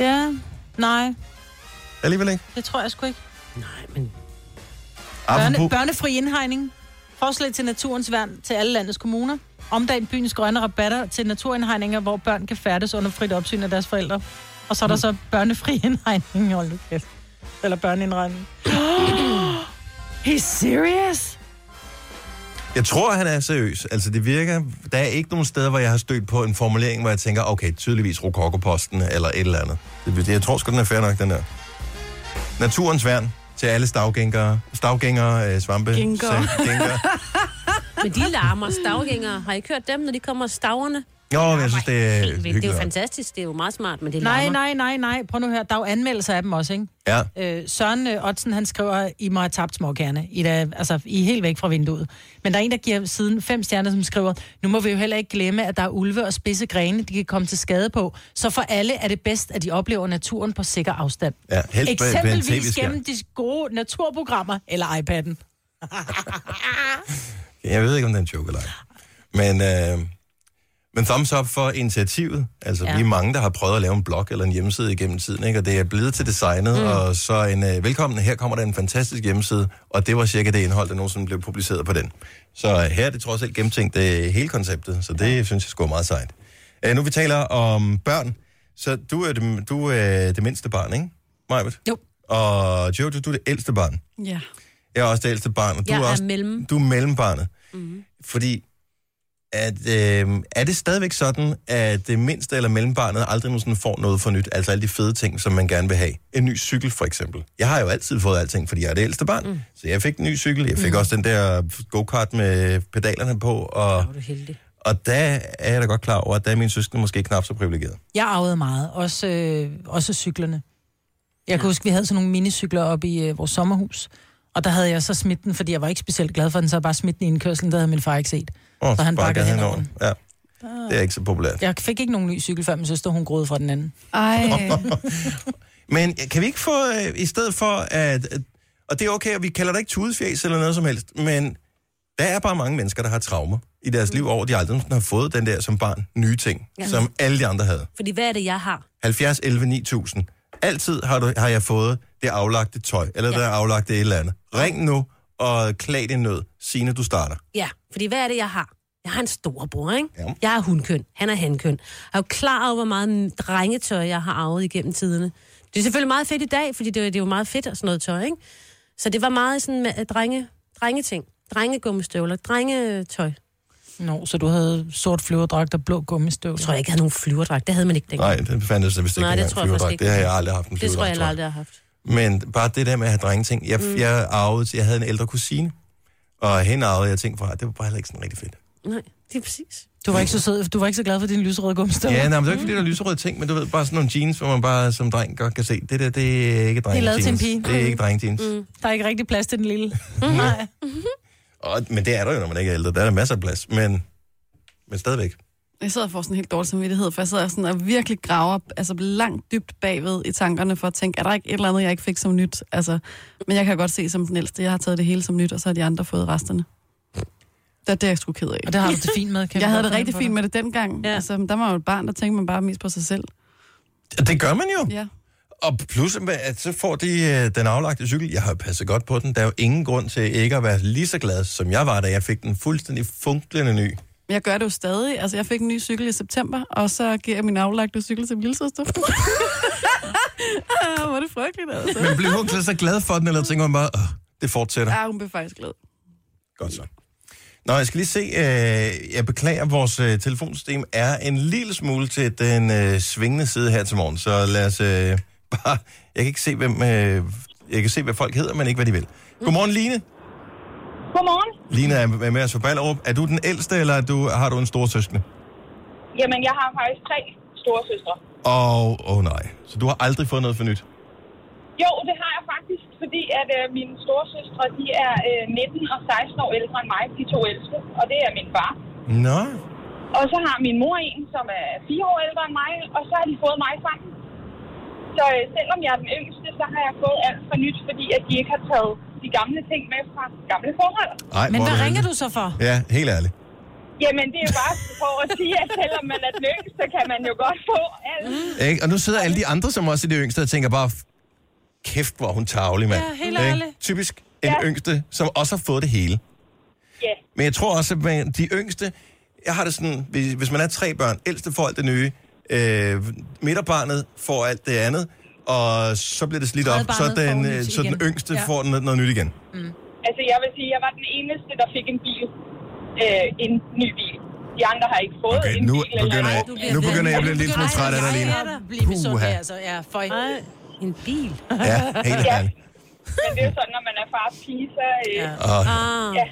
S3: Ja, nej,
S1: Alligevel ikke.
S3: det tror jeg sgu ikke. Børne,
S1: Apropos-
S3: børnefri indhegning. Forslag til naturens værn til alle landets kommuner. Omdan byens grønne rabatter til naturindhegninger, hvor børn kan færdes under frit opsyn af deres forældre. Og så er der så børnefri indhegning. Hold nu kæft. Eller børneindregning. He's serious?
S1: Jeg tror, han er seriøs. Altså, det virker... Der er ikke nogen steder, hvor jeg har stødt på en formulering, hvor jeg tænker, okay, tydeligvis rokokoposten eller et eller andet. Det, jeg tror sgu, den er fair nok, den der. Naturens værn til alle stavgængere, stavgængere, øh, svampe,
S4: Gængere.
S1: sæ- gængere.
S4: Men de larmer stavgængere. Har I ikke hørt dem, når de kommer staverne?
S1: Jo, men jeg synes, det er
S4: Helt vildt. Det er jo
S1: hyggeligt.
S4: fantastisk. Det er jo meget smart, men det
S3: Nej,
S4: larmer.
S3: nej, nej, nej. Prøv nu at høre. Der er jo anmeldelser af dem også, ikke?
S1: Ja.
S3: Øh, Søren øh, Ottsen, han skriver, I må have tabt småkærne. I, da, altså, I er helt væk fra vinduet. Men der er en, der giver siden fem stjerner, som skriver, nu må vi jo heller ikke glemme, at der er ulve og spidse grene, de kan komme til skade på. Så for alle er det bedst, at de oplever naturen på sikker afstand.
S1: Ja, helst ved- ved en
S3: Eksempelvis
S1: TV-skærm.
S3: gennem de gode naturprogrammer eller iPad'en.
S1: Jeg ved ikke, om det er en joke eller ej. Men, øh, men thumbs up for initiativet. Altså, ja.
S3: Ja.
S1: vi er mange, der har prøvet at lave en blog eller en hjemmeside igennem tiden, ikke? og det er blevet til designet, mm.
S18: Mm.
S1: og så en øh, velkommen, her kommer der en fantastisk hjemmeside, og det var cirka det indhold, der nogensinde blev publiceret på den. Så øh, her er det trods alt gennemtænkt det hele konceptet, så det ja. synes jeg sgu er meget sejt. Øh, nu vi taler om børn, så du er det, du er det mindste barn, ikke? Majbet?
S3: Jo.
S1: Og Jojo, du er det ældste barn.
S2: Ja.
S1: Jeg er også det ældste barn, og du
S4: Jeg
S1: er
S4: er
S1: også
S4: mellem.
S1: du er mellembarnet.
S3: Mhm.
S1: Mm-hmm. Fordi at, øh, er det stadigvæk sådan, at det mindste eller mellembarnet aldrig nogensinde får noget for nyt? Altså alle de fede ting, som man gerne vil have. En ny cykel for eksempel. Jeg har jo altid fået alting, fordi jeg er det ældste barn. Mm. Så jeg fik en ny cykel. Jeg fik mm. også den der go-kart med pedalerne på. Og, og der er jeg da godt klar over, at der er mine søskende måske knap så privilegeret.
S3: Jeg arvede meget, også, øh, også cyklerne. Jeg kan huske, vi havde sådan nogle minicykler op i øh, vores sommerhus, og der havde jeg så smidt den, fordi jeg var ikke specielt glad for den, så jeg bare smidt den i indkørslen, der havde min far ikke set.
S1: Åh,
S3: så han bakkede hen over. Ah.
S1: den. Ja, det er ikke så populært.
S3: Jeg fik ikke nogen ny cykel, før min søster, hun groede fra den anden.
S2: Ej.
S1: Men kan vi ikke få, øh, i stedet for at, at... Og det er okay, og vi kalder det ikke tudefjæs eller noget som helst, men der er bare mange mennesker, der har traumer i deres liv over, at de aldrig nogensinde har fået den der som barn nye ting,
S4: Ja.
S1: ja. som alle de andre havde.
S4: Fordi hvad er det, jeg har?
S1: 70, 11, 9000. Altid har, du, har jeg fået det aflagte tøj, eller ja. det aflagte et eller andet. Ring nu og klag din nød. Signe, du starter.
S4: Ja, fordi hvad er det, jeg har? Jeg har en storebror, ikke? Ja. Jeg er hundkøn, han er hankøn. Jeg er jo klar over, hvor meget drengetøj, jeg har arvet igennem tiderne. Det er selvfølgelig meget fedt i dag, fordi det, det er jo meget fedt og sådan noget tøj, ikke? Så det var meget sådan med øh, drenge, drengeting, drengegummistøvler, drengetøj.
S3: Nå, så du havde sort flyverdragt og blå gummistøvler? Jeg
S4: tror jeg ikke, jeg havde nogen flyverdragt. Det havde man ikke dengang.
S1: Nej, den fandtes vist ikke
S4: Nej, det
S1: engang,
S4: tror jeg faktisk
S1: flyverdragt.
S4: ikke.
S1: Det har jeg aldrig haft en
S4: Det tror jeg,
S1: flyverdragt,
S4: jeg aldrig har haft.
S1: Men bare det der med at have drengeting. Jeg,
S4: Mm.
S1: mm. jeg arvede, jeg havde en ældre kusine, og hende arvede jeg ting fra. Det var bare heller ikke sådan rigtig fedt.
S4: Nej, det er præcis.
S3: Du var ikke så sød, du var ikke så glad for din lyserøde gummistøvler?
S1: Ja, nej, men det er ikke fordi, der er lyserøde ting, men du ved, bare sådan nogle jeans, hvor man bare som dreng godt kan se, det der, det er ikke
S3: Det er
S1: dreng
S3: lavet til en
S1: jeans. Det
S3: pige.
S1: er ikke Mm. dreng jeans. Mm.
S3: Mm. Der er ikke rigtig plads til den lille. Nej.
S1: Og, men det er der jo, når man ikke er ældre. Der er der masser af plads, men, men stadigvæk.
S2: Jeg sidder og får sådan en helt dårlig samvittighed, for jeg sidder sådan og virkelig graver altså langt dybt bagved i tankerne for at tænke, er der ikke et eller andet, jeg ikke fik som nyt? Altså, men jeg kan godt se som den ældste, jeg har taget det hele som nyt, og så har de andre fået resterne. Det er det, jeg sgu ked af.
S3: Og det har du det fint med, kan
S2: jeg
S3: vi
S2: havde
S3: godt
S2: det
S3: fornemme
S2: rigtig
S3: på
S2: fint
S3: dig.
S2: med det dengang. Ja. Altså, der var jeg jo et barn, der tænkte man bare mest på sig selv.
S1: Det gør man jo.
S2: Ja.
S1: Og plus, at så får de øh, den aflagte cykel. Jeg har jo passet godt på den. Der er jo ingen grund til ikke at være lige så glad, som jeg var, da jeg fik den fuldstændig funklende ny.
S2: Men Jeg gør det jo stadig. Altså, jeg fik en ny cykel i september, og så giver jeg min aflagte cykel til min lillesøster. Ah, Hvor er det frygteligt, altså.
S1: Men blev hun så glad for den, eller tænker hun bare, "Åh, det fortsætter?
S2: Ja, hun blev faktisk glad.
S1: Godt så. Nå, jeg skal lige se. Øh, jeg beklager, vores øh, telefonsystem er en lille smule til den øh, svingende side her til morgen. Så lad os øh, bare... Jeg kan ikke se, hvem... Øh, jeg kan se, hvad folk hedder, men ikke, hvad de vil. Godmorgen, Line.
S18: Godmorgen.
S1: Line er med med os fra Ballerup. Er du den ældste, eller er du, har du en stor søskende?
S18: Jamen, jeg har faktisk tre store søstre.
S1: Og, åh oh, nej, så du har aldrig fået noget for nyt?
S18: Jo, det har jeg faktisk, fordi at øh, mine store søstre, de er øh, 19 og 16 år ældre end mig, de to ældste, og det er min far.
S1: Nå.
S18: Og så har min mor en, som er 4 år ældre end mig, og så har de fået mig sammen. Så øh, selvom jeg er den yngste, så har jeg fået alt for nyt, fordi at de ikke har taget de gamle ting med fra gamle forhold.
S1: Ej, Men hvor er hvad du ringer heldig.
S18: du så for?
S1: Ja, helt ærligt.
S18: Jamen, det er bare for at sige, at selvom man er den yngste, kan man jo godt få alt.
S1: Ikke? Og nu sidder alle de andre, som også er de yngste, og tænker bare, kæft, hvor er hun tavlig, mand.
S18: Ja, helt
S1: Ikke?
S18: ærligt.
S1: Typisk en
S18: Ja.
S1: yngste, som også har fået det hele.
S18: Ja.
S1: Men jeg tror også, at man- de yngste... Jeg har det sådan, hvis hvis man er tre børn, ældste får alt det nye, øh, midterbarnet får alt det andet, og så bliver det slidt op, så
S18: Tredjebarnet
S1: den,
S18: får nyt
S1: øh, så den
S18: igen.
S1: yngste
S18: Ja.
S1: ja. får noget, noget nyt igen.
S18: Mm. Altså, jeg vil sige, at jeg var den eneste, der fik en bil. Øh, en ny bil. De andre har ikke fået
S1: Okay,
S18: en
S1: nu
S18: bil.
S1: begynder jeg- nu begynder jeg at blive en lille smule træt af dig, Lene.
S3: Bliv misundelig,
S1: Puha.
S3: altså. Ja, for En bil.
S1: Ja, helt
S18: Ja.
S1: ærligt.
S18: Men det er jo sådan, når man er fars pige, så... Øh, ja.
S1: Åh.
S18: ja.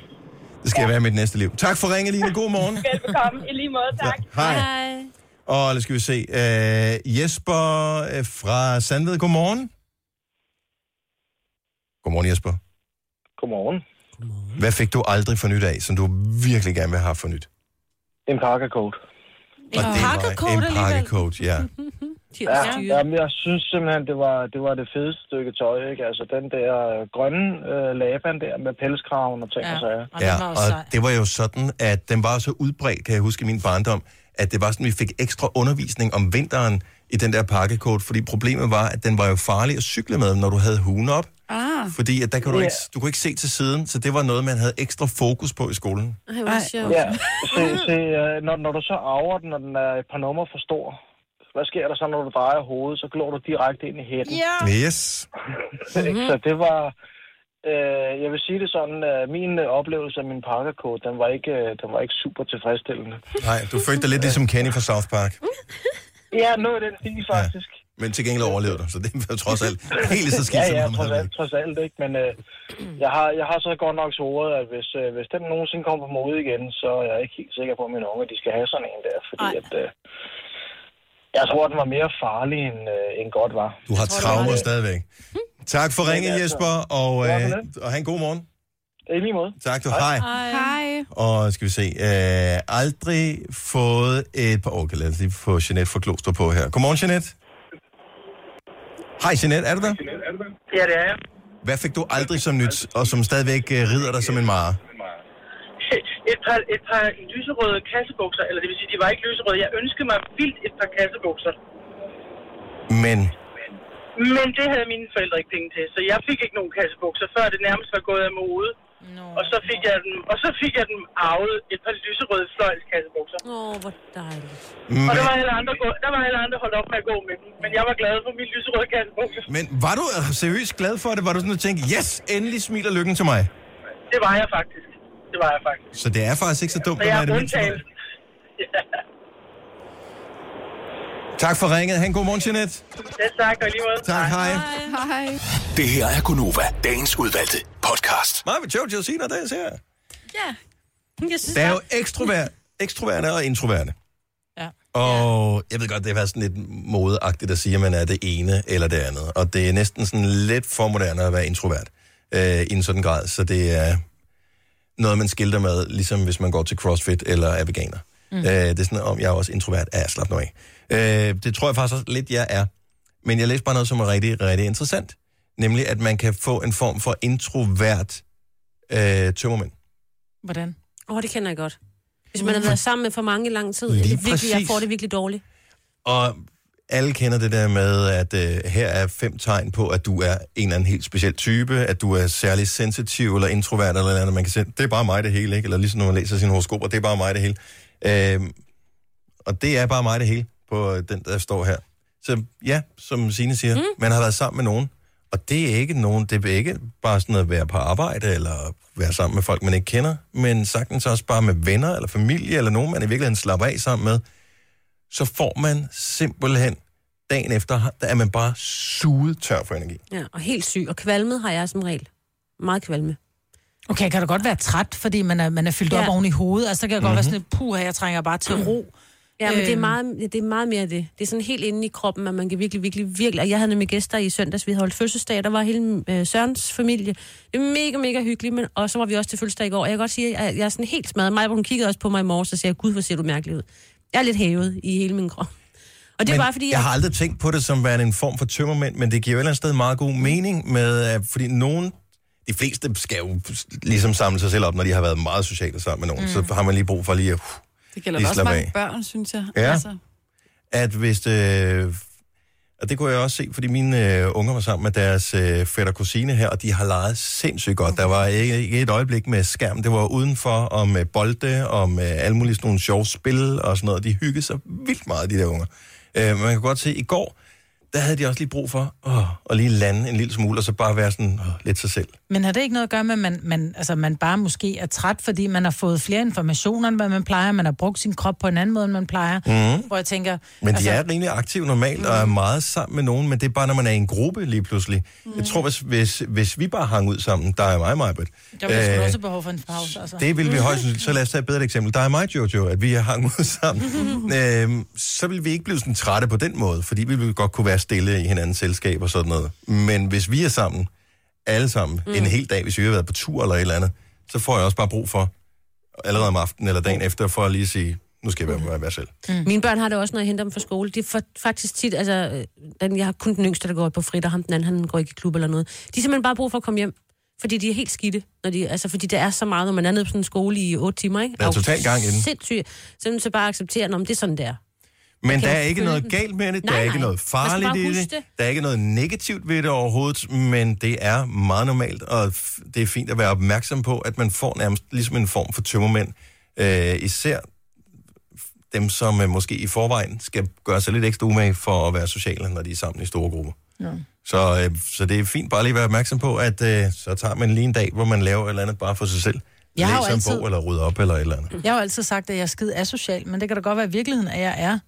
S1: Det skal jeg være i mit næste liv. Tak for ringen, Line. God morgen.
S18: Velbekomme. I lige måde, tak.
S1: Ja, hej. Og lad skal vi se. Øh, Jesper øh, fra Sandved, godmorgen. Godmorgen, Jesper.
S19: Godmorgen.
S1: Hvad fik du aldrig for nyt af, som du virkelig gerne vil have for nyt?
S19: En pakkerkode.
S1: En En pakkecoat, ja.
S19: Ja, jamen, jeg synes simpelthen, det var, det var det fedeste stykke tøj, ikke? Altså den der øh, grønne øh, laban der med pelskraven og ting ja. og sager.
S1: ja. Og det var jo sådan, at den var så udbredt, kan jeg huske i min barndom, at det var sådan, at vi fik ekstra undervisning om vinteren i den der pakkecoat, fordi problemet var, at den var jo farlig at cykle med, når du havde hugen op.
S2: Ah.
S1: Fordi at der kan du,
S19: Ja.
S1: ikke, du kunne ikke se til siden, så det var noget, man havde ekstra fokus på i skolen.
S19: Ej, Ja, se, se øh, når, når du så arver den, og den er et par numre for stor, hvad sker der så, når du drejer hovedet? Så glår du direkte ind i hætten.
S1: Ja. Yes.
S19: Ikke? så det var... Øh, jeg vil sige det sådan, øh, min øh, oplevelse af min pakkerkode, den var ikke, øh, den var ikke super tilfredsstillende.
S1: Nej, du følte dig lidt ligesom Kenny fra South Park,
S19: Ja, nu er den stil faktisk.
S1: men til gengæld overlevede du, så det var trods alt helt lige så skidt,
S19: ja,
S1: som
S19: ja,
S1: ham
S19: trods
S1: havde
S19: alt, trods alt, ikke? Men øh, jeg, har, jeg har så godt nok svoret, at hvis, øh, hvis den nogensinde kommer på mode igen, så er jeg ikke helt sikker på, at mine unge, de skal have sådan en der, fordi at... Øh, jeg tror, den var mere farlig, end, øh, end godt var.
S1: Du har traumer stadigvæk. Tak for
S19: Ja,
S1: ringen,
S19: det er
S1: Jesper,
S19: så.
S1: og,
S19: Ja,
S1: øh,
S19: for det.
S1: og have en god morgen.
S19: I lige måde.
S1: Tak, du. Hej.
S2: Hej.
S1: Og skal vi se, øh, aldrig fået et par... Okay, lad os lige få Jeanette fra Kloster på her. Godmorgen, Jeanette. Hej, Jeanette, er du der?
S20: Ja, det er jeg.
S1: Hvad fik du aldrig som nyt, og som stadigvæk øh, rider dig som en mare?
S20: Et par, et par lyserøde kassebukser, eller det vil sige, de var ikke lyserøde. Jeg ønskede mig vildt et par kassebukser.
S1: Men
S20: Men det havde mine forældre ikke penge til, så jeg fik ikke nogen kassebukser, før det nærmest var gået af mode. No, og, så fik jeg dem, og så fik jeg dem arvet et par lyserøde fløjlskassebukser. Åh, oh, hvor dejligt. Og der var, alle andre, gå- der var alle andre holdt op med at gå med dem, men jeg var glad for mine lyserøde kassebukser.
S1: Men var du øh, seriøst glad for det? Var du sådan at tænke, yes, endelig smiler lykken til mig?
S20: Det var jeg faktisk. Det var jeg faktisk.
S1: Så det er faktisk ikke så dumt
S20: Så
S1: at
S20: jeg
S1: være
S20: er
S1: det mindste.
S20: undtagen.
S1: Tak for ringet. Ha' en god morgen, Jeanette.
S20: Ja, tak, og i lige måde.
S1: Tak, hej.
S2: Hej.
S6: Det her er Gunova, dagens udvalgte podcast.
S1: Mig med Jojo Sina, der er her.
S3: Ja. Jeg synes,
S1: Der er jo
S3: bare-
S1: ekstrovert, ekstroverte og introverte.
S3: Ja.
S1: Og jeg ved godt, det har været sådan lidt modeagtigt at sige, at man er det ene eller det andet. Og det er næsten sådan lidt for moderne at være introvert øh, i en sådan grad. Så det er noget, man skilter med, ligesom hvis man går til CrossFit eller er veganer. Mm. Øh, det er sådan, om jeg er også introvert. Ja, slap nu af. Øh, det tror jeg faktisk også lidt, jeg er. Men jeg læste bare noget, som er rigtig, rigtig interessant. Nemlig, at man kan få en form for introvert øh, tømmermænd.
S4: Hvordan? Åh, oh, det kender jeg godt. Hvis man har været sammen med for mange i lang tid, det er virkelig, jeg
S1: præcis.
S4: får det virkelig dårligt.
S1: Og alle kender det der med, at øh, her er fem tegn på, at du er en eller anden helt speciel type, at du er særlig sensitiv eller introvert eller noget andet. Man kan sige, det er bare mig det hele, ikke? Eller ligesom når man læser sine horoskoper, det er bare mig det hele. Øh, og det er bare mig det hele på øh, den, der står her. Så ja, som Signe siger, mm. man har været sammen med nogen, og det er ikke nogen, det er ikke bare sådan noget at være på arbejde, eller være sammen med folk, man ikke kender, men sagtens også bare med venner, eller familie, eller nogen, man i virkeligheden slapper af sammen med, så får man simpelthen dagen efter, der er man bare suget tør for energi.
S4: Ja, og helt syg. Og kvalmet har jeg som regel. Meget kvalme.
S21: Okay, kan du godt være træt, fordi man er, man er fyldt ja. op
S4: Ja.
S21: oven i hovedet? Altså, der kan jeg mm-hmm. godt være
S4: Mhm.
S21: sådan, puh, jeg trænger bare til ro.
S4: Ja, men det er,
S21: Øhm.
S4: meget, det er meget mere det. Det er sådan helt inde i kroppen, at man kan virkelig, virkelig, virkelig... Og jeg havde nemlig gæster i søndags, vi havde holdt fødselsdag, der var hele øh, Sørens familie. Det var mega, mega hyggeligt, men og så var vi også til fødselsdag i går. Og jeg kan godt sige, at jeg er sådan helt smadret. Maja, hun kiggede også på mig i morges og sagde, gud, hvor ser du mærkelig ud. Jeg er lidt hævet i hele min krop. Og det er
S1: men
S4: bare, fordi
S1: jeg har aldrig tænkt på det som værende en form for tømmermænd, men det giver jo et eller andet sted meget god mening med, øh, fordi nogen, de fleste skal jo ligesom samle sig selv op, når de har været meget sociale sammen med nogen,
S2: Mm.
S1: mm. så har man lige brug for lige at...
S2: Det gælder
S1: Lige
S2: da også
S1: slap
S2: mange
S1: af.
S2: børn, synes jeg. Altså.
S1: Ja. at hvis det... Og det kunne jeg også se, fordi mine øh, unger var sammen med deres øh, fætter og kusine her, og de har leget sindssygt godt. Der var ikke, ikke et øjeblik med skærm. Det var udenfor om øh, bolde, om øh, alle mulige sådan nogle sjove spil og sådan noget. De hyggede sig vildt meget, de der unger. Øh, men man kan godt se, at i går, der havde de også lige brug for åh, at lige lande en lille smule, og så bare være sådan åh, lidt sig selv.
S21: Men har det ikke noget at gøre med, at man, man, altså, man bare måske er træt, fordi man har fået flere informationer, end hvad man plejer, man har brugt sin krop på en anden måde, end man plejer?
S1: Mhm.
S21: Hvor jeg tænker... altså,
S1: Men de er rimelig aktive normalt,
S21: Mm.
S1: og er meget sammen med nogen, men det er bare, når man er i en gruppe lige pludselig. Mm. Jeg tror, hvis, hvis, hvis vi bare hang ud sammen, der er mig, mig,
S21: Der bliver sgu også behov for en pause. Altså.
S1: Øh, det vil vi højst sandsynligt- Så lad os tage et bedre eksempel. Der er mig, Jojo, at vi har hang ud
S21: Mm.
S1: sammen. øhm, så vil vi ikke blive sådan trætte på den måde, fordi vi vil godt kunne være stille i hinandens selskab og sådan noget. Men hvis vi er sammen, alle sammen, mm. en hel dag, hvis vi har været på tur eller et eller andet, så får jeg også bare brug for, allerede om aftenen eller
S21: Mm.
S1: dagen efter, for at lige sige, nu skal jeg være med mig selv.
S4: Mm. Mine børn har det også, når jeg henter dem fra skole. De er for, faktisk tit, altså, øh, den, jeg har kun den yngste, der går på frit, og ham den anden, han går ikke i klub eller noget. De har simpelthen bare brug for at komme hjem, fordi de er helt skidte. Når de, altså, fordi der er så meget, når man er nede på sådan en skole i 8 timer, ikke?
S1: Der er
S4: Au,
S1: total gang i den.
S4: Sindssygt. Så man så bare acceptere, om det er sådan der.
S1: Men
S4: Man kan
S1: der er
S4: jo
S1: ikke
S4: føle
S1: noget
S4: den.
S1: galt med det, der
S4: Nej,
S1: er ikke
S4: nej.
S1: noget
S4: Man skal bare
S1: farligt i
S4: huske
S1: det,
S4: det.
S1: der er ikke noget negativt ved det overhovedet, men det er meget normalt, og f- det er fint at være opmærksom på, at man får nærmest ligesom en form for tømmermænd, øh, især dem, som øh, måske i forvejen skal gøre sig lidt ekstra umage for at være sociale, når de er sammen i store grupper.
S21: Ja.
S1: Så, øh, så det er fint bare lige at være opmærksom på, at øh, så tager man lige en dag, hvor man laver et eller andet bare for sig selv.
S21: Jeg har jo
S1: Læser en
S21: altid-
S1: bog, eller rydder op, eller et eller andet.
S21: Mm. Jeg har jo altid sagt, at jeg er skide asocial, men det kan da godt være i virkeligheden, at jeg er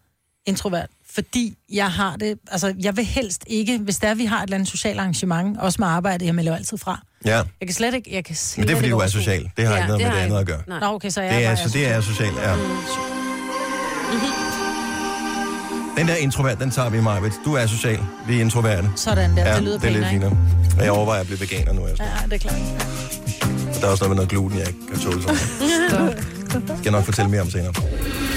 S21: introvert. Fordi jeg har det, altså jeg vil helst ikke, hvis der vi har et eller andet socialt arrangement, også med arbejde, jeg melder jo altid fra.
S1: Ja.
S21: Jeg kan slet ikke, jeg kan slet
S1: Men det er, fordi
S21: ikke
S1: du er
S21: overskue.
S1: social. Det har ikke noget med det
S21: jeg
S1: andet at
S21: ikke.
S1: gøre.
S21: Nå, okay, så jeg
S1: det er,
S21: bare
S1: så det er socialt, ja. Den der introvert, den tager vi, Marvitt. Du er social, vi er introverte.
S21: Sådan der,
S1: ja,
S21: det lyder
S1: det er lidt
S21: pænere, ikke?
S1: finere. Og jeg overvejer at blive veganer nu. Altså.
S21: Ja, det er klart.
S1: Der er også noget med noget gluten, jeg ikke kan tåle. Sådan. Det skal jeg nok fortælle mere om senere.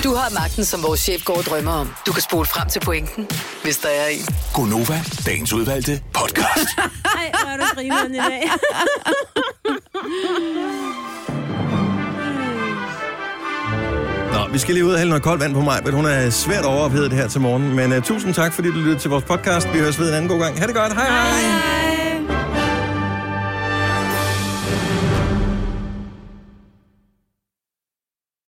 S5: Du har magten, som vores chef går og drømmer om. Du kan spole frem til pointen, hvis der er en.
S6: Gonova, dagens udvalgte podcast.
S4: Nej, hvor er du grineren i dag.
S1: Nå, vi skal lige ud og hælde noget koldt vand på mig, men hun er svært overophedet her til morgen. Men uh, tusind tak, fordi du lyttede til vores podcast. Vi høres ved en anden god gang. Ha' det godt. Hej hej. hej.